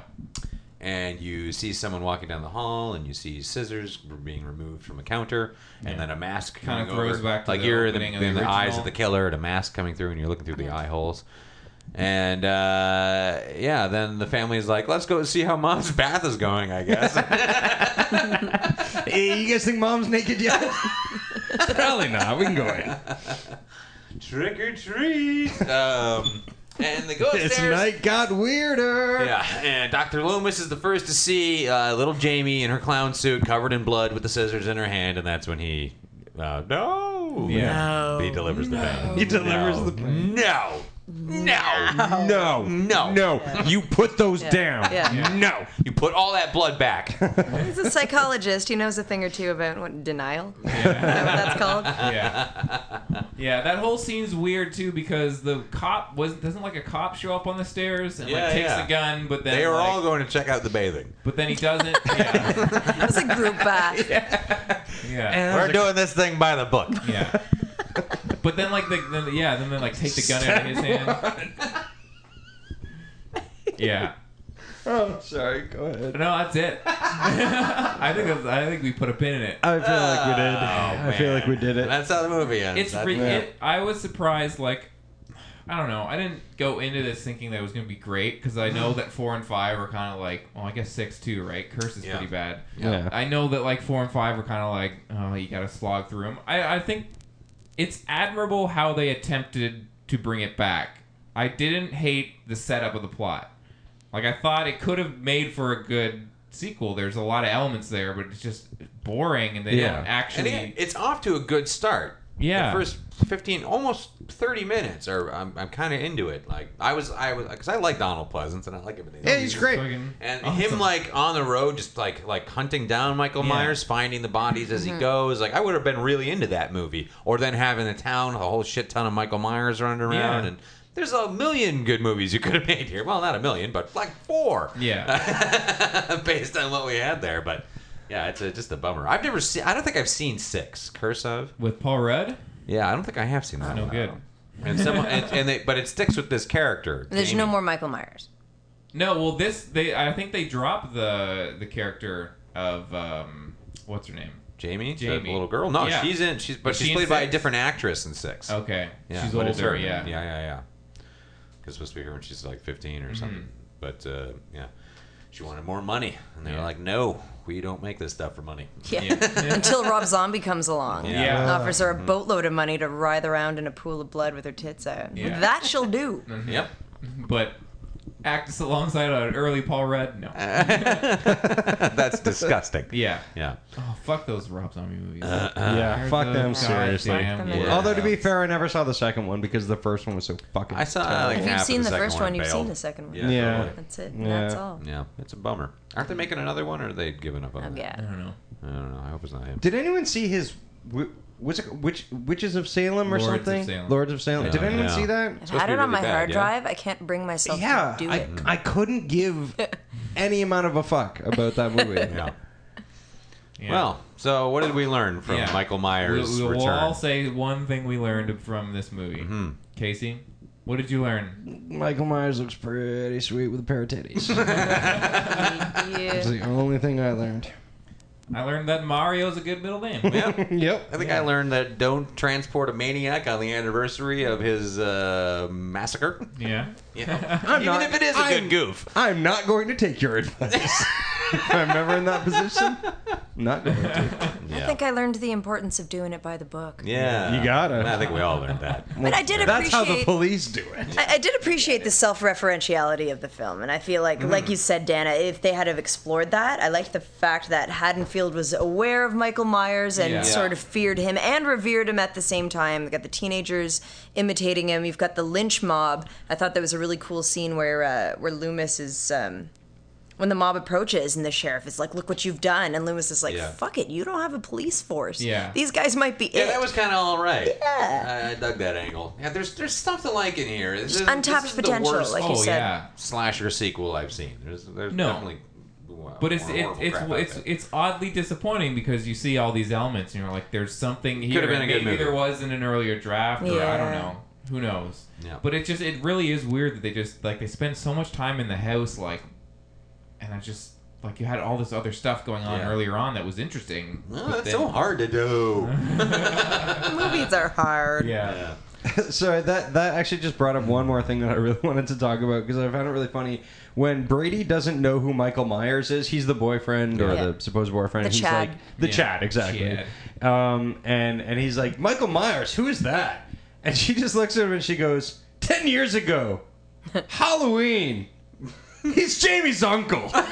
S3: And you see someone walking down the hall, and you see scissors being removed from a counter, and then a mask
S4: Kinda
S3: coming
S4: throws
S3: over.
S4: back to
S3: like
S4: the
S3: you're in the,
S4: opening of the
S3: in the eyes
S4: original.
S3: of the killer, and a mask coming through, and you're looking through the eye holes. And uh, yeah, then the family is like, "Let's go see how mom's <laughs> bath is going." I guess.
S4: <laughs>
S5: Hey, you guys think mom's naked yet? Probably not. We can go in.
S3: Trick or treat. Um, and they go
S5: This
S3: upstairs.
S5: night got weirder.
S3: Yeah, and Dr. Loomis is the first to see uh, little Jamie in her clown suit, covered in blood, with the scissors in her hand, and that's when he, uh, no,
S4: Yeah.
S3: he delivers the bang.
S5: He delivers
S3: no.
S5: the pain.
S3: Oh, no, no,
S5: No.
S3: No.
S5: No. You put those down.
S6: Yeah. Yeah.
S5: No.
S3: you put all that blood <laughs> back.
S6: He's a psychologist. He knows a thing or two about what denial. Is
S4: Yeah.
S6: that what that's
S3: <laughs>
S6: called?
S4: yeah. Yeah, that whole scene's weird too because the cop was doesn't like a cop show up on the stairs and
S3: Yeah,
S4: like takes
S3: yeah.
S4: a gun, but then
S3: They were
S4: like-
S3: all going to check out the bathing.
S4: but then
S3: <laughs>
S4: he doesn't. Yeah,
S6: <laughs> It was a group uh, bath.
S4: yeah,
S3: We're doing this thing by the book.
S4: yeah.
S3: <laughs>
S4: But then like the, the yeah, then they like take the gun out of his hand. yeah.
S5: <laughs> Oh, sorry. Go ahead.
S4: No, that's it. <laughs> I think that's, I think we put a pin in it.
S5: I feel like we did. I feel like we did
S3: <laughs>
S5: it.
S3: That's how the movie ends.
S4: It's
S3: That's-
S4: re- it, I was surprised. Like, I don't know. I didn't go into this thinking that it was going to be great because I know that four and five are kind of like. Well, I guess six too, right? Curse is
S3: Yeah.
S4: pretty bad.
S5: Yeah.
S4: I know that like four and five are kind of like. Oh, you got to slog through them. I I think it's admirable how they attempted to bring it back. I didn't hate the setup of the plot. Like I thought it could have made for a good sequel. There's a lot of elements there, but it's just boring and they
S5: Yeah.
S4: don't
S3: and
S4: actually
S3: it, it's off to a good start.
S4: Yeah.
S3: the first fifteen, almost thirty minutes, or I'm, I'm kind of into it. Like I was, I was, because I like Donald Pleasance and I like everything.
S5: Yeah, he's great.
S4: fucking
S3: And
S4: awesome.
S3: him like on the road, just like like hunting down Michael
S4: Yeah.
S3: Myers, finding the bodies as
S6: Mm-hmm.
S3: he goes. Like I would have been really into that movie, or then having the town a whole shit ton of Michael Myers running around.
S4: Yeah.
S3: And there's a million good movies you could have made here. Well, not a million, but like four. <laughs>
S4: Yeah.
S3: based on what we had there. But yeah, it's a, just a bummer. I've never seen. I don't think I've seen six. Curse of.
S4: With Paul Rudd?
S3: Yeah, I don't think I have seen that.
S4: No
S3: one.
S4: good.
S3: And someone, and, and they, but it sticks with this character.
S6: There's
S3: Jamie.
S6: no more Michael Myers.
S4: No, well this they I think they dropped the the character of um what's her name?
S3: Jamie, the
S4: Jamie.
S3: little girl. No,
S4: Yeah.
S3: she's in. She's but
S4: Was
S3: she's
S4: she in
S3: played by a
S4: six?
S3: different actress in six.
S4: Okay.
S3: Yeah,
S4: She's
S3: but
S4: older,
S3: it's her.
S4: yeah.
S3: yeah, yeah, yeah. It's supposed to be her when she's like 15
S4: Mm-hmm.
S3: or something. But uh, yeah, she wanted more money, and they were
S4: Yeah.
S3: like, "No, we don't make this stuff for money."
S6: Yeah.
S4: Yeah.
S6: Until Rob Zombie comes along.
S3: Yeah. Mm-hmm.
S4: Yeah.
S6: and Offers her a boatload of money to writhe around in a pool of blood with her tits out.
S4: Yeah.
S6: That she'll do.
S4: Mm-hmm.
S3: Yep. <laughs>
S4: But act alongside an early Paul Rudd? No.
S3: That's disgusting.
S4: <laughs> yeah.
S3: Yeah.
S4: Oh fuck those Rob Zombie movies.
S5: yeah,
S4: They're
S5: uh, fuck
S4: the-
S5: them
S4: God
S5: seriously.
S4: damn
S6: Yeah.
S4: worst.
S5: Although to be fair, I never saw the second one because the first one was so fucking.
S3: I saw.
S5: terrible.
S3: Like,
S6: If
S3: half
S6: you've
S3: of
S6: seen the,
S3: second
S6: first
S3: one
S6: one, you've
S3: and
S6: seen the
S3: bailed.
S6: second one.
S3: Yeah.
S5: Yeah.
S3: totally.
S6: That's it.
S5: Yeah.
S6: That's all.
S3: Yeah, it's a bummer. Aren't they making another one, or they've given up on
S6: Oh,
S3: that?
S4: I
S6: yeah.
S4: don't know.
S3: I don't know. I hope it's not him.
S5: Did anyone see his? wi- Was it which witches of Salem or
S4: Lords of
S5: something?
S4: Salem.
S5: Lords of Salem.
S3: Yeah.
S5: Did anyone
S3: Yeah.
S5: see that?
S6: I've
S3: supposed
S6: had
S3: to
S6: it
S3: be
S6: on my
S3: really bad,
S6: hard
S3: yeah?
S6: drive. I can't bring myself
S5: Yeah,
S6: to do
S3: <laughs>
S5: I,
S6: it.
S5: I couldn't give
S6: <laughs>
S5: any amount of a fuck about that movie.
S3: Yeah.
S4: <laughs> Yeah.
S3: Well, so what did we learn from
S4: Yeah.
S3: Michael
S4: we,
S3: Myers'
S4: we will
S3: return?
S4: all say one thing we learned from this movie. Casey, what did you learn?
S5: Michael Myers looks pretty sweet with a pair of titties. That's
S6: Yeah.
S5: the only thing I learned.
S4: I learned that Mario's a good middle name.
S3: <laughs>
S4: <laughs>
S3: Yeah.
S5: <laughs> Yep.
S3: I think I learned that don't transport a maniac on the anniversary of his uh, massacre.
S4: yeah.
S6: <laughs>
S3: Yeah.
S5: I'm
S3: Even
S5: not-
S3: if it is a
S5: I'm-
S3: good goof.
S5: I'm not going to take your
S6: <laughs>
S5: advice. if I'm ever in that position, not going to.
S3: Yeah.
S6: I think I learned the importance of doing it by the book.
S3: yeah.
S5: You gotta.
S3: I think we all learned
S4: <laughs>
S3: that.
S6: But I did
S5: That's how the
S6: appreciate.
S5: police do it.
S6: I, I did appreciate the self-referentiality of the film, and I feel like,
S3: Mm.
S6: like you said, Dana, if they had have explored that, I liked the fact that Haddonfield was aware of Michael Myers and
S4: Yeah.
S6: sort of feared him and revered him at the same time. You got the teenagers imitating him. You've got the lynch mob. I thought there was a really cool scene where uh, where Loomis is. Um, when the mob approaches and the sheriff is like, "Look what you've done," and Loomis is like,
S3: Yeah.
S6: "Fuck it, you don't have a police force.
S4: Yeah.
S6: These guys might be
S3: Yeah,
S6: it."
S3: that was kind of all right.
S6: Yeah.
S3: I, I dug that angle. Yeah, there's there's stuff to like in here. This is,
S6: untapped
S3: this is the
S6: potential,
S3: worst
S6: like you
S4: Oh
S6: said.
S4: yeah.
S3: slasher sequel I've seen. There's there's
S4: No.
S3: definitely. wow,
S4: But it's it,
S3: horrible
S4: it's
S3: crap out
S4: it's
S3: there.
S4: it's oddly disappointing because you see all these elements and you're like, there's something here.
S3: have been a
S4: and
S3: good
S4: Maybe
S3: movie.
S4: there was in an earlier draft, or I
S6: Yeah.
S4: don't know. Who knows?
S3: Yeah.
S4: But it just it really is weird that they just like they spend so much time in the house like, and I just like you had all this other stuff going on
S3: Yeah.
S4: earlier on that was interesting.
S3: Oh,
S4: but
S3: that's
S4: then-
S3: so hard to do.
S4: <laughs>
S6: Movies are hard.
S4: Yeah.
S3: yeah.
S5: So that that actually just brought up one more thing that I really <laughs> wanted to talk about because I found it really funny when Brady doesn't know who Michael Myers is. He's the boyfriend or
S6: Yeah.
S5: the supposed boyfriend.
S6: The
S5: he's
S6: Chad.
S5: like the
S4: Yeah.
S5: Chad, exactly. Um, and and he's like Michael Myers. Who is that? And she just looks at him and she goes, 10 years
S6: <laughs>
S5: ago, Halloween." He's Jamie's uncle. <laughs> and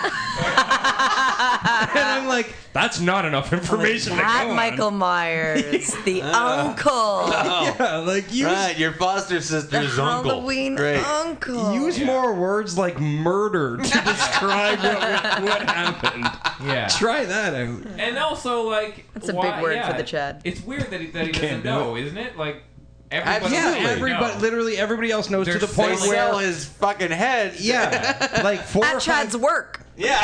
S5: I'm like, that's not
S6: <laughs>
S5: enough information. to
S6: Not
S5: go on."
S6: Michael Myers, the uncle,
S5: <laughs> Yeah, like you.
S3: Right, your foster
S6: the
S3: sister's uncle.
S6: Halloween Oh,
S3: Great.
S6: uncle.
S5: Use more words
S4: <laughs>
S5: like murder to describe what, what happened.
S4: Yeah.
S5: Try that out.
S4: And also, like,
S6: That's a
S4: why-
S6: big word
S4: yeah,
S6: for the Chad.
S4: It's weird that he, that he
S5: Can't
S4: doesn't
S5: do
S4: know, is isn't it? Like, everybody,
S3: Absolutely.
S4: should
S5: Yeah, everybody,
S4: know.
S6: <laughs>
S5: literally everybody else knows
S4: They're
S5: to the point
S3: They
S4: selling-
S5: where,
S3: sell his fucking head.
S5: <laughs> yeah, like four or
S6: At
S3: <laughs>
S5: five
S6: Chad's work.
S3: Yeah.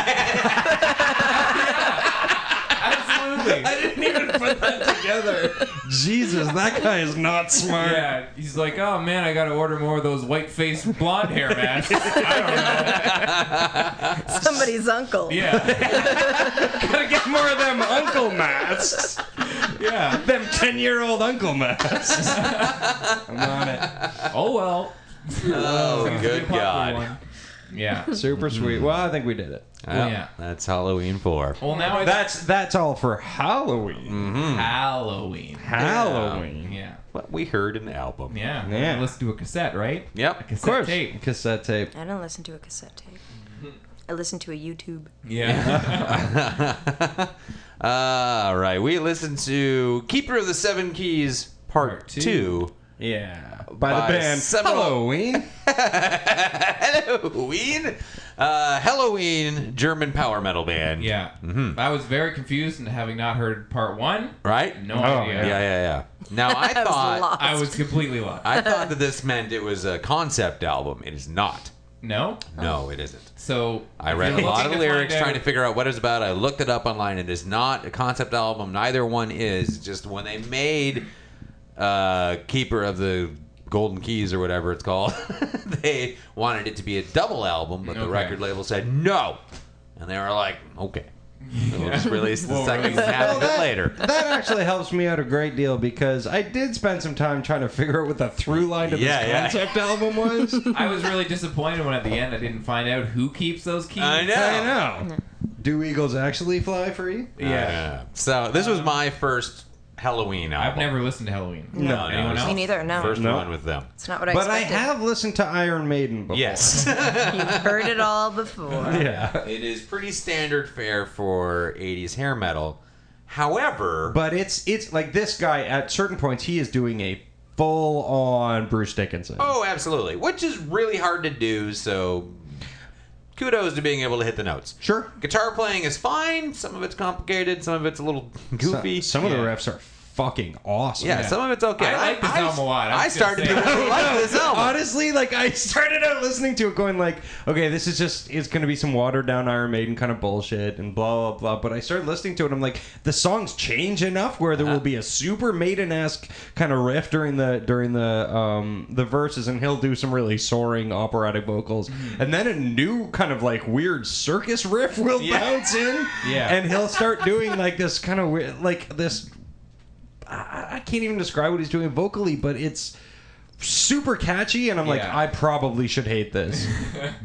S4: Absolutely.
S1: didn't even put that together.
S5: Jesus, that guy is not smart. <laughs>
S4: Yeah, he's like, oh man, I gotta order more of those white faced blonde hair
S5: <laughs>
S4: masks. I don't know.
S6: Somebody's uncle.
S4: Yeah,
S5: Gotta get more of them uncle masks.
S4: yeah.
S5: Them 10 year old uncle masks. I'm on it.
S4: Oh well.
S3: Oh,
S4: Seems to be a
S3: good
S4: popular
S3: God.
S4: one. Yeah.
S5: <laughs> Super sweet. Well, I think we did it.
S3: Well,
S4: Oh, Yeah.
S3: That's Halloween 4.
S4: Well, now it's
S5: That's that's all for Halloween.
S4: Halloween.
S5: Halloween.
S4: Yeah.
S3: What we heard in the album.
S4: Yeah.
S5: Yeah.
S4: Let's do a cassette, right?
S3: Yep.
S4: A cassette
S5: Of course.
S4: tape.
S5: Cassette tape.
S6: I don't listen to a cassette tape. I listen to a YouTube.
S4: Yeah.
S3: <laughs> All right. We listened to Keeper of the Seven Keys Part
S4: Part
S3: 2.
S4: two.
S5: Yeah. By,
S3: By
S5: the band
S3: several-
S5: Halloween.
S3: <laughs> Halloween? Uh, Halloween German power metal band. <laughs>
S4: yeah.
S3: Mm-hmm.
S4: I was very confused and having not heard part one.
S3: Right?
S4: No
S5: Oh,
S4: idea.
S3: Yeah, yeah, yeah. Now, I
S6: I was
S3: thought.
S6: lost.
S4: I was completely lost.
S3: I thought that this meant it was a concept album. It is not.
S4: no.
S3: No, it isn't.
S4: So
S3: I
S4: if
S3: read
S4: you're
S3: a lot
S4: <laughs>
S3: of
S4: looking to
S3: lyrics
S4: find
S3: trying
S4: out-
S3: to figure out what it's about. I looked it up online. It is not a concept album. Neither one is. Just when they made uh, Keeper of the Golden Keys or whatever it's called, <laughs> they wanted it to be a double album, but the
S4: Okay.
S3: record label said no. And they were like, okay. So We'll just release the
S4: We'll
S3: second
S4: release it.
S3: half of it
S5: Well,
S3: later.
S5: that actually helps me out a great deal because I did spend some time trying to figure out what the through line to
S3: Yeah, yeah.
S5: this concept
S3: <laughs>
S5: album was.
S4: I was really disappointed when at the end I didn't find out who keeps those keys.
S3: I know.
S5: I know. Do eagles actually fly free? Uh,
S4: Yeah.
S3: So this was my first Halloween album.
S4: I've never listened to Halloween.
S5: No,
S4: Anyone
S3: no.
S6: Me
S4: else?
S6: neither. No,
S3: First
S5: No.
S3: one with them.
S6: it's not what I
S5: But I
S6: expected.
S5: have listened to Iron Maiden before.
S3: <laughs> Yes.
S6: You've heard it all
S5: <laughs>
S6: before.
S5: Yeah.
S3: It is pretty standard fare for 80s hair metal. However,
S5: But it's it's like this guy at certain points he is doing a full on Bruce Dickinson.
S3: oh, absolutely, which is really hard to do, so kudos to being able to hit the notes.
S5: Sure.
S3: Guitar playing is fine, some of it's complicated, some of it's a little goofy.
S5: Some, of the
S4: Yeah.
S5: riffs are fucking awesome.
S3: yeah, some of it's okay.
S4: I like this album a lot.
S3: I,
S4: I was gonna
S3: started to
S4: say.
S3: really like
S5: <laughs>
S3: this album.
S5: Honestly, like I <laughs> started out listening to it going like, okay, this is just it's gonna be some watered down Iron Maiden kind of bullshit and blah blah blah. But I started listening to it, I'm like, the songs change enough where there
S3: Uh-huh.
S5: will be a super Maiden esque kind of riff during the during the um the verses, and he'll do some really soaring operatic vocals,
S3: Mm-hmm.
S5: and then a new kind of like weird circus riff will
S3: Yeah. <laughs>
S5: bounce in,
S4: Yeah.
S5: and he'll start doing like this kind of weird like this. I I can't even describe what he's doing vocally, but it's super catchy, and I'm like,
S4: Yeah.
S5: I probably should
S3: <laughs>
S5: hate this,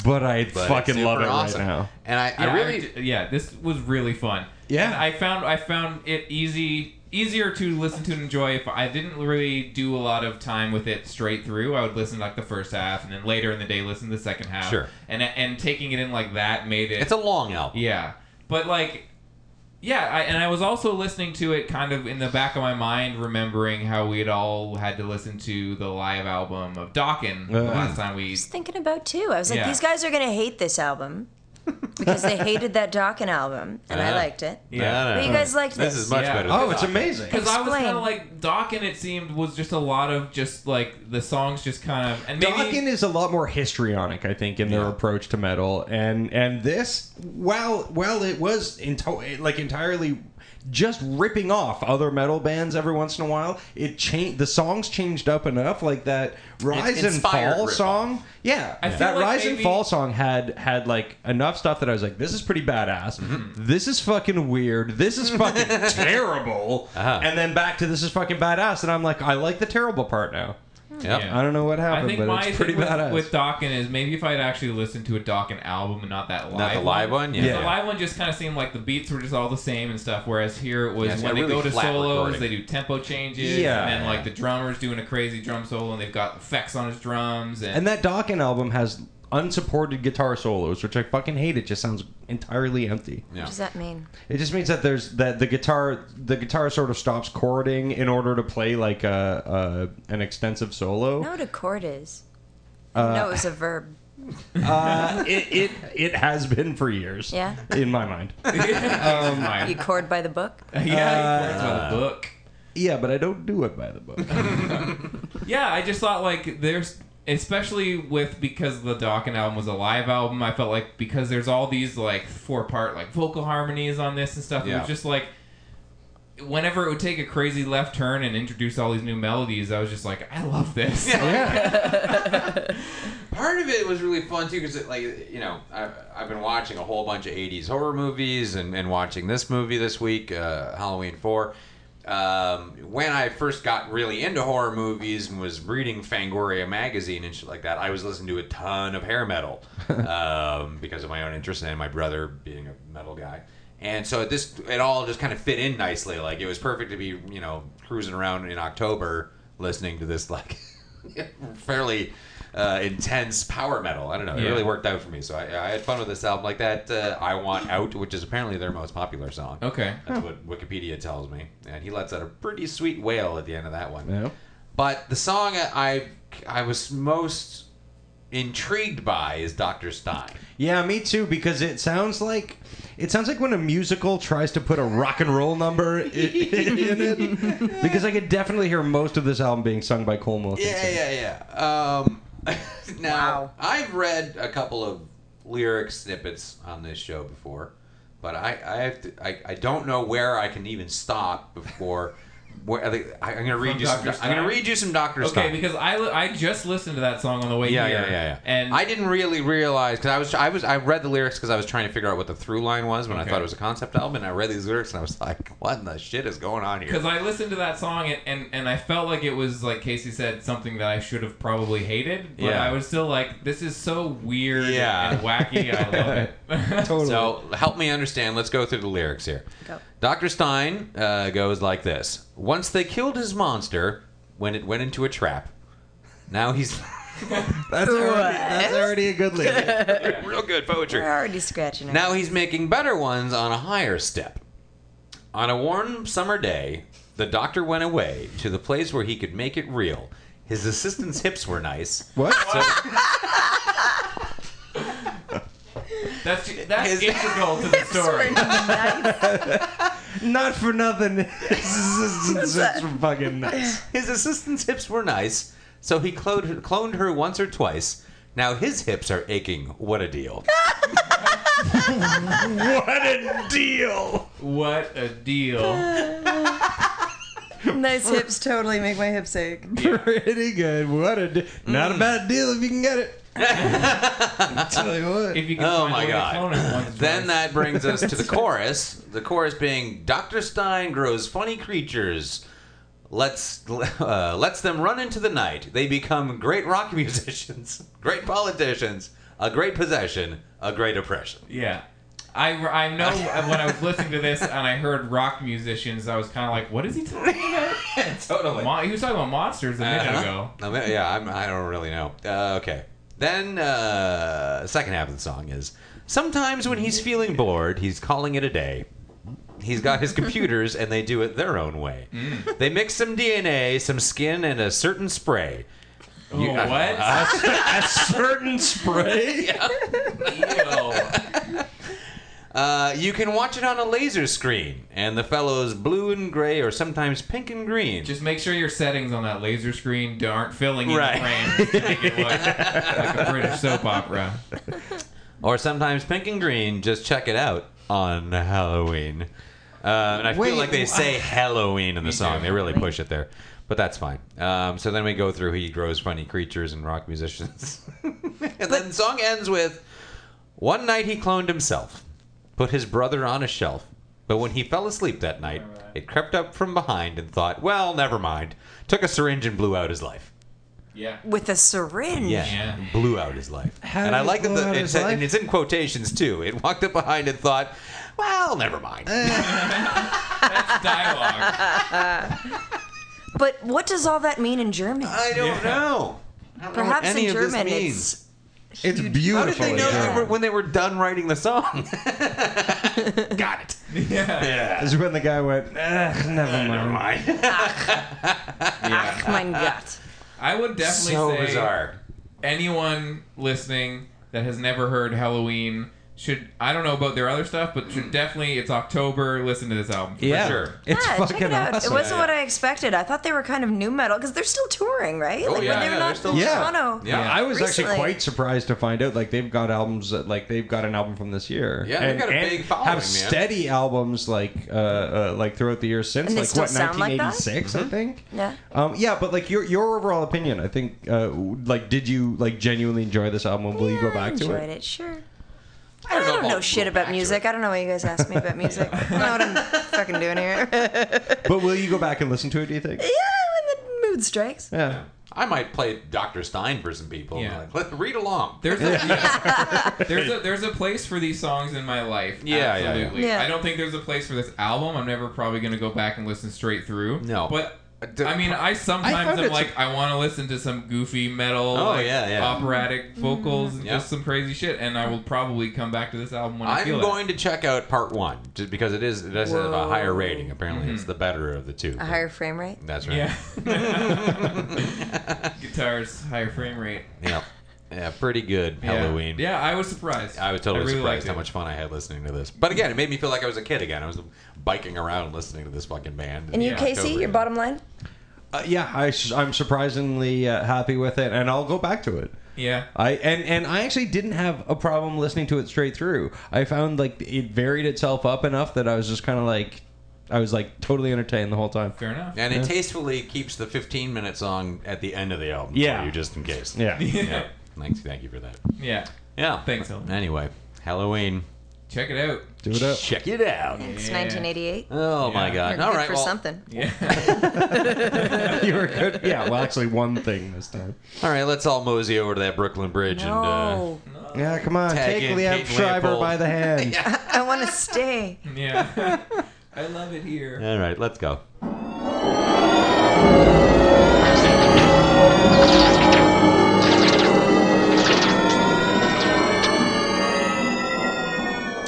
S5: but I
S3: but
S5: fucking
S3: it's
S5: love it
S3: super awesome.
S5: right now.
S3: And I,
S4: Yeah,
S3: I really
S4: d- yeah, this was really fun.
S5: Yeah.
S4: And I found I found it easy easier to listen to and enjoy if I didn't really do a lot of time with it straight through. I would listen like the first half and then later in the day listen to the second half.
S3: Sure.
S4: And and taking it in like that made it
S3: it's a long album.
S4: yeah, but like, yeah, I, and I was also listening to it kind of in the back of my mind, remembering how we'd all had to listen to the live album of Dokken the
S5: Uh.
S3: Uh-huh.
S4: last time we.
S6: was thinking about too. I was like,
S4: Yeah.
S6: these guys are gonna hate this album because they hated that Dokken album, and I
S3: Ah.
S6: liked it.
S4: Yeah.
S6: But you guys liked
S3: this
S6: this.
S3: is much
S4: Yeah.
S3: better. Than
S5: Oh, it's
S3: Doc.
S5: amazing.
S4: Because I was
S6: Explain.
S4: kind of like Dokken, it seemed was just a lot of just like the songs, just kind of and maybe
S5: Dokken is a lot more histrionic, I think, in their approach to metal, and and this, while while it was into, like entirely just ripping off other metal bands every once in a while, it changed. The songs changed up enough, like that rise and
S3: inspired
S5: fall
S3: ripoff.
S5: song. Yeah,
S4: I feel
S5: that
S4: like
S5: rise and
S4: maybe-
S5: fall song had had like enough stuff that I was like, this is pretty badass.
S4: Mm-hmm.
S5: This is fucking weird. This is fucking
S4: <laughs>
S5: terrible.
S4: Uh-huh.
S5: And then back to this is fucking badass, and I'm like, I like the terrible part now.
S3: Yep.
S4: Yeah.
S5: I don't know what happened,
S4: I think
S5: but
S4: my
S5: it's pretty
S4: thing with,
S5: badass.
S4: with Dokken is maybe if I'd actually listened to a Dokken album and not that live
S3: the live one? Yeah.
S4: 'Cause
S5: Yeah.
S4: The live one just kind of seemed like the beats were just all the same and stuff, whereas here it was
S3: Yeah, it's
S4: when
S3: got
S4: they
S3: really
S4: go to
S3: flat
S4: solos,
S3: recording.
S4: they do tempo changes,
S5: Yeah.
S4: and then like the drummer's doing a crazy drum solo and they've got effects on his drums. And,
S5: And that Dawkins album has unsupported guitar solos, which I fucking hate. It just sounds entirely empty.
S6: What does that mean?
S5: It just means that there's that the guitar the guitar sort of stops chording in order to play like a, a an extensive
S6: I
S5: solo.
S6: know what a chord is. no, it was a verb.
S5: Uh, it, it it has been for years.
S6: Yeah.
S5: In my mind.
S4: <laughs>
S5: <laughs>
S4: um,
S6: You chord by the book.
S4: <laughs> yeah, it's
S3: Uh,
S4: by the book.
S5: Yeah, but I don't do it by the book.
S4: Yeah, I just thought like there's especially with because the Dokken album was a live album, I felt like because there's all these like four part like vocal harmonies on this and stuff, it
S3: Yeah.
S4: was just like whenever it would take a crazy left turn and introduce all these new melodies, I was just like, I love this.
S3: <laughs> Part of it was really fun too, because like you know, I, I've been watching a whole bunch of '80s horror movies and, and watching this movie this week, uh, Halloween Four. Um, when I first got really into horror movies and was reading Fangoria magazine and shit like that, I was listening to a ton of hair metal um, because of my own interest and my brother being a metal guy. And so this it all just kind of fit in nicely. Like it was perfect to be you know cruising around in October listening to this like <laughs> fairly uh, intense power metal. I don't know. It
S4: Yeah.
S3: really worked out for me. So I, I had fun with this album like that. Uh, I want out, which is apparently their most popular song.
S4: Okay.
S3: That's what Wikipedia tells me. And he lets out a pretty sweet wail at the end of that one.
S5: Yeah.
S3: But the song I I was most intrigued by is Dr. Stein.
S5: Yeah, me too. Because it sounds like it sounds like when a musical tries to put a rock and roll number <laughs> in, in it. Because I could definitely hear most of this album being sung by Cole Wilkinson.
S3: Yeah, yeah, yeah. Um, <laughs> now,
S6: Wow.
S3: I've read a couple of lyric snippets on this show before, but I, I have to, I, I don't know where I can even stop before. <laughs> Where, I think, I, I'm gonna read
S4: From
S3: you. Some,
S4: Dr.
S3: I'm gonna
S4: Stein?
S3: read you some Doctor
S4: Okay, because I, li- I just listened to that song on the way
S3: yeah,
S4: here.
S3: yeah, yeah, yeah.
S4: And
S3: I didn't really realize because I was, I was, I read the lyrics because I was trying to figure out what the through line was when I
S4: Okay.
S3: thought it was a concept album, and I read these lyrics and I was like, <laughs> what in the shit is going on here?
S4: Because I listened to that song and, and, and I felt like it was, like Casey said, something that I should have probably hated. But
S3: Yeah.
S4: I was still like, this is so weird
S3: Yeah.
S4: and wacky. I love it.
S3: <laughs>
S4: <laughs>
S5: totally.
S3: So help me understand. Let's go through the lyrics here.
S6: Go.
S3: Dr. Stein uh, goes like this Once they killed his monster when it went into a trap. Now he's.
S5: that's already, that's already a good
S3: <laughs> <laughs>
S5: lyric.
S3: Real good poetry.
S6: We're already scratching it.
S3: Now he's making better ones on a higher step. On a warm summer day, the doctor went away to the place where he could make it real. His assistant's hips were nice.
S5: What?
S4: That's, that's
S3: His-
S4: integral
S3: <laughs>
S4: to the story.
S6: <laughs>
S5: Not for nothing. <laughs> it's fucking nuts.
S3: His assistant's hips were nice, so he cloned, cloned her once or twice. Now his hips are aching. What a deal.
S5: What a deal!
S4: what a deal.
S6: <laughs> Nice hips totally make my hips ache.
S5: Pretty good. What a de- not
S3: Mm.
S5: a bad deal if you can
S3: <laughs>
S5: get it. tell you what.
S4: If you can
S3: Oh
S4: find a
S3: my
S4: way to
S3: <laughs>
S4: clone it
S3: god.
S4: once,
S3: Then
S4: twice.
S3: that brings us to the chorus. The chorus being Dr. Stein grows funny creatures. Let's <laughs> uh, lets them run into the night. They become great rock <laughs> musicians, great politicians, a great possession, a great oppression. <laughs>
S4: Yeah. I, I know when I was listening to this and I heard rock musicians, I was kind of like, what is he talking about?
S3: <laughs> totally.
S4: Mon- he was talking about monsters a minute
S3: Uh-huh.
S4: ago.
S3: yeah, I'm, I don't really know. Uh, okay. Then uh, second half of the song is sometimes when he's feeling bored, he's calling it a day. He's got his computers and they do it their own way. They mix some DNA, some skin, and a certain spray. You-
S4: oh,
S3: uh,
S4: what?
S5: a certain spray.
S4: Ew.
S3: Uh, you can watch it on a laser screen, and the fellow's blue and gray or sometimes pink and green.
S4: Just make sure your settings on that laser screen aren't filling in
S3: Right.
S4: the frames to make it look like a British soap opera.
S3: or sometimes pink and green. Just check it out on Halloween. Um, and I
S5: Wait,
S3: feel like they
S5: wha-
S3: say Halloween in the
S4: Me
S3: song.
S4: too.
S3: They really push it there, but that's fine. Um, so then we go through he grows funny creatures and rock musicians, <laughs> and then the song ends with one night he cloned himself, put his brother on a shelf, but when he fell asleep that night, it crept up from behind and thought, well, never mind. Took a syringe and blew out his life.
S4: Yeah.
S6: With a syringe.
S3: Yeah.
S4: Yeah.
S3: Blew out his life.
S5: How
S3: and I
S5: did it
S3: like that
S5: blow
S3: the,
S5: out
S3: it
S5: his
S3: said,
S5: life?
S3: and it's in quotations too. It walked up behind and thought, well, never mind.
S5: Uh,
S4: That's dialogue. <laughs>
S6: But what does all that mean in German?
S3: I don't
S4: Yeah.
S3: know. I
S4: <laughs>
S3: don't know what
S6: Perhaps
S3: any
S6: in
S3: of this
S6: German
S3: means.
S6: <laughs> it's
S5: It's
S3: How
S5: beautiful.
S3: did they know
S5: yeah.
S3: they were, when they were done writing the song? <laughs> Got it.
S4: Yeah.
S5: This is when the guy went. "Ugh, never mind.
S4: yeah.
S6: Ach Ah,
S3: <laughs>
S6: mein Gott.
S4: I would <laughs> definitely
S3: so
S4: say
S3: bizarre.
S4: anyone listening that has never heard Halloween should I don't know about their other stuff, but should definitely it's October. Listen to this album for
S5: yeah,
S4: sure.
S5: it's
S6: yeah,
S5: fucking
S6: Ah, check it out.
S5: awesome.
S6: It wasn't what I expected. I thought they were kind of new metal because they're still touring, right? like
S3: Oh, yeah,
S6: when they were
S3: yeah,
S6: not
S3: they're still-
S6: in
S5: Yeah.
S6: Toronto.
S3: Yeah.
S5: I was actually
S6: Recently.
S5: quite surprised to find out like they've got albums that like they've got an album from this year.
S3: Yeah, they've
S5: And-
S3: got a
S5: and
S3: big following,
S5: Have
S3: man.
S5: steady albums like uh, uh like throughout the years since
S6: And they
S5: like
S6: still
S5: what
S6: sound like that?
S5: 1986 I think.
S6: Yeah.
S5: Um, yeah, but like your your overall opinion, I think uh, like did you like genuinely enjoy this album? Will you
S6: Yeah,
S5: go
S6: I
S5: back to
S6: enjoyed
S5: it?
S6: it. Sure. I don't,
S3: know
S6: know
S3: about-
S6: shit
S3: go back
S6: about
S3: to
S6: music. I don't know why you guys asked
S3: <laughs>
S6: me about music. I don't know what I'm fucking doing here. yeah,
S5: But will you go back and listen to it? Do you think?
S6: when the mood strikes.
S5: Yeah.
S3: I might play Dr. Stein for some people.
S4: Yeah.
S3: Like, let, read along.
S4: There's a,
S3: <laughs>
S4: there's a there's a place for these songs in my life.
S3: Yeah, yeah, yeah.
S4: absolutely.
S6: Yeah.
S4: I don't think there's a place for this album. I'm never probably gonna go back and listen straight through.
S3: No.
S4: but.
S3: Uh, d-
S4: I mean, I sometimes
S5: I found
S4: am
S5: it's-
S4: like, I want to listen to some goofy metal,
S3: Oh,
S4: like,
S3: yeah, yeah.
S4: operatic vocals, and
S3: Yeah.
S4: just some crazy shit. And I will probably come back to this album when I
S3: I'm
S4: feel
S3: going to check out part one just because it is it does have a higher rating. Apparently,
S4: Mm-hmm.
S3: it's the better of the two.
S6: A higher frame rate.
S3: That's
S4: it.
S3: right.
S4: Yeah,
S3: <laughs>
S4: <laughs> guitars, higher frame rate.
S3: yeah, Yeah, Pretty good
S4: Yeah.
S3: Halloween.
S4: Yeah, I was surprised.
S3: I was totally
S4: really
S3: surprised
S4: liked
S3: how
S4: it.
S3: much fun I had listening to this. But again, it made me feel like I was a kid again. I was biking around listening to this fucking band.
S6: And you,
S4: Yeah,
S6: Casey,
S3: October.
S6: your bottom line?
S5: Uh, yeah, I, am surprisingly uh, happy with it, and I'll go back to it.
S4: Yeah.
S5: I and and I actually didn't have a problem listening to it straight through. I found like it varied itself up enough that I was just kind of like, I was like totally entertained the whole time.
S4: Fair enough. <laughs>
S3: And it tastefully keeps the 15 minute song at the end of the album
S5: Yeah.
S3: for you, just in case.
S5: Yeah.
S3: Yeah. Thanks. Thank you for that.
S4: Yeah.
S3: Yeah.
S4: Thanks, Ellen.
S3: Anyway, Halloween.
S4: Check it out.
S5: <laughs> Do it up.
S3: Check it out.
S6: It's
S4: Yeah.
S6: 1988.
S3: Oh my
S4: Yeah.
S3: God!
S6: You're
S3: All
S6: good
S3: right.
S6: for
S3: well,
S6: something.
S4: Yeah.
S3: <laughs>
S5: <laughs> you were good. Yeah. Well, actually, one thing this time.
S3: all right. Let's all mosey over to that Brooklyn Bridge uh,
S6: No,
S5: Yeah. Come on,
S3: Tag
S5: take
S3: in
S5: Leanne
S3: Kate
S5: Shriver
S3: Leopold.
S5: by the <laughs> hand.
S6: I want to stay.
S4: <laughs> yeah. I love it here.
S3: and uh, all right. Let's go.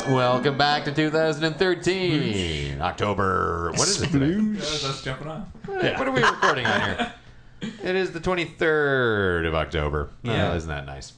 S3: Welcome back to 2013, Hmm. October. What is it? Today?
S4: That was us jumping off.
S3: What are we recording on here? <laughs> It is the 23rd of October.
S4: Yeah.
S3: Oh, isn't that nice?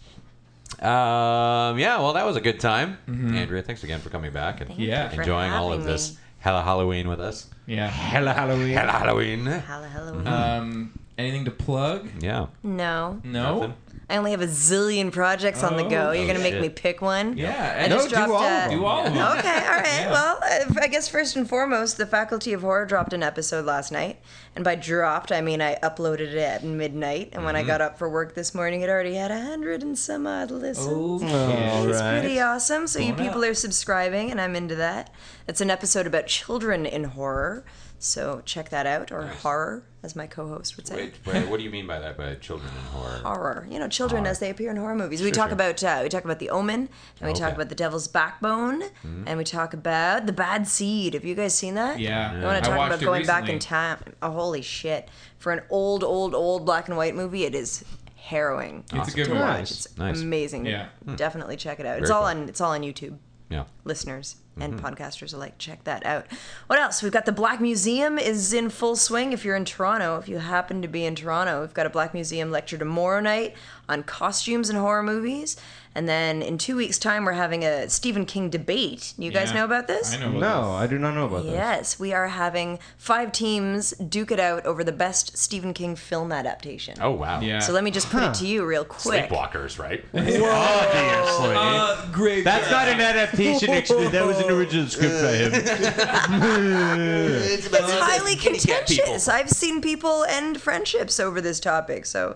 S3: Um, yeah, well, that was a good time. Andrea, thanks again for coming back and
S4: Yeah.
S6: for
S3: enjoying all of
S6: having
S3: this
S6: me.
S3: Hella Halloween with us.
S4: Yeah.
S5: Hella Halloween.
S3: Hella Halloween.
S6: Hello, hello.
S4: Um, anything to plug?
S3: Yeah.
S6: no,
S4: No.
S3: Nothing?
S6: I only have a zillion projects on the go.
S4: Oh,
S6: You're gonna make
S3: shit.
S6: me pick one?
S4: Yeah.
S6: I
S4: and-
S6: just
S5: do
S6: dropped
S5: all of
S6: a-
S5: them.
S4: do all of them.
S6: Okay, all right.
S4: Yeah.
S6: Well, I I guess first and foremost, the Faculty of Horror dropped an episode last night. And by dropped, I mean I uploaded it at midnight. And when I got up for work this morning, it already had a hundred and some odd listens.
S4: Oh,
S5: All
S6: It's
S5: right.
S6: pretty awesome. So you
S4: Going
S6: people
S4: up.
S6: are subscribing, and I'm into that. It's an episode about children in horror. So check that out, or horror, as my co-host would say.
S3: Wait, wait, what do you mean by that? By children in horror?
S6: horror. You know, children as they appear in horror movies. we
S3: Sure,
S6: talk
S3: sure.
S6: about uh, we talk about the Omen, and we
S3: Okay.
S6: talk about the Devil's Backbone, and we talk about the Bad Seed. Have you guys seen that?
S4: Yeah.
S6: I want to talk
S4: watched
S6: about
S4: it
S6: going back in
S4: recently.
S6: time. Oh, holy shit! For an old, old, old black and white movie, it is harrowing.
S4: It's a good
S6: to
S4: one.
S6: watch.
S5: Nice.
S6: It's
S3: Nice.
S6: amazing.
S4: Oh, Yeah.
S6: Definitely check it out. it's
S3: Very
S6: all
S3: cool.
S6: on it's all on YouTube
S3: Yeah.
S6: listeners and
S4: Mm-hmm.
S6: podcasters alike. Check that out. What else? We've got the Black Museum is in full swing. If you're in Toronto, if you happen to be in Toronto, we've got a Black Museum lecture tomorrow night on costumes and horror movies. And then in two weeks' time, we're having a Stephen King debate. You guys
S4: Yeah.
S6: know about this?
S4: I know. About
S5: No,
S4: This.
S5: I do not know about that.
S6: Yes, we are having five teams duke it out over the best Stephen King film adaptation.
S3: Oh, wow.
S4: Yeah.
S6: So let me just put it to you real quick.
S3: Sleepwalkers, right?
S5: Obviously.
S4: Uh, great.
S5: That's not an adaptation. Actually, that was an original script I <laughs> had.
S3: it's
S6: It's highly contentious. I've seen people end friendships over this topic. So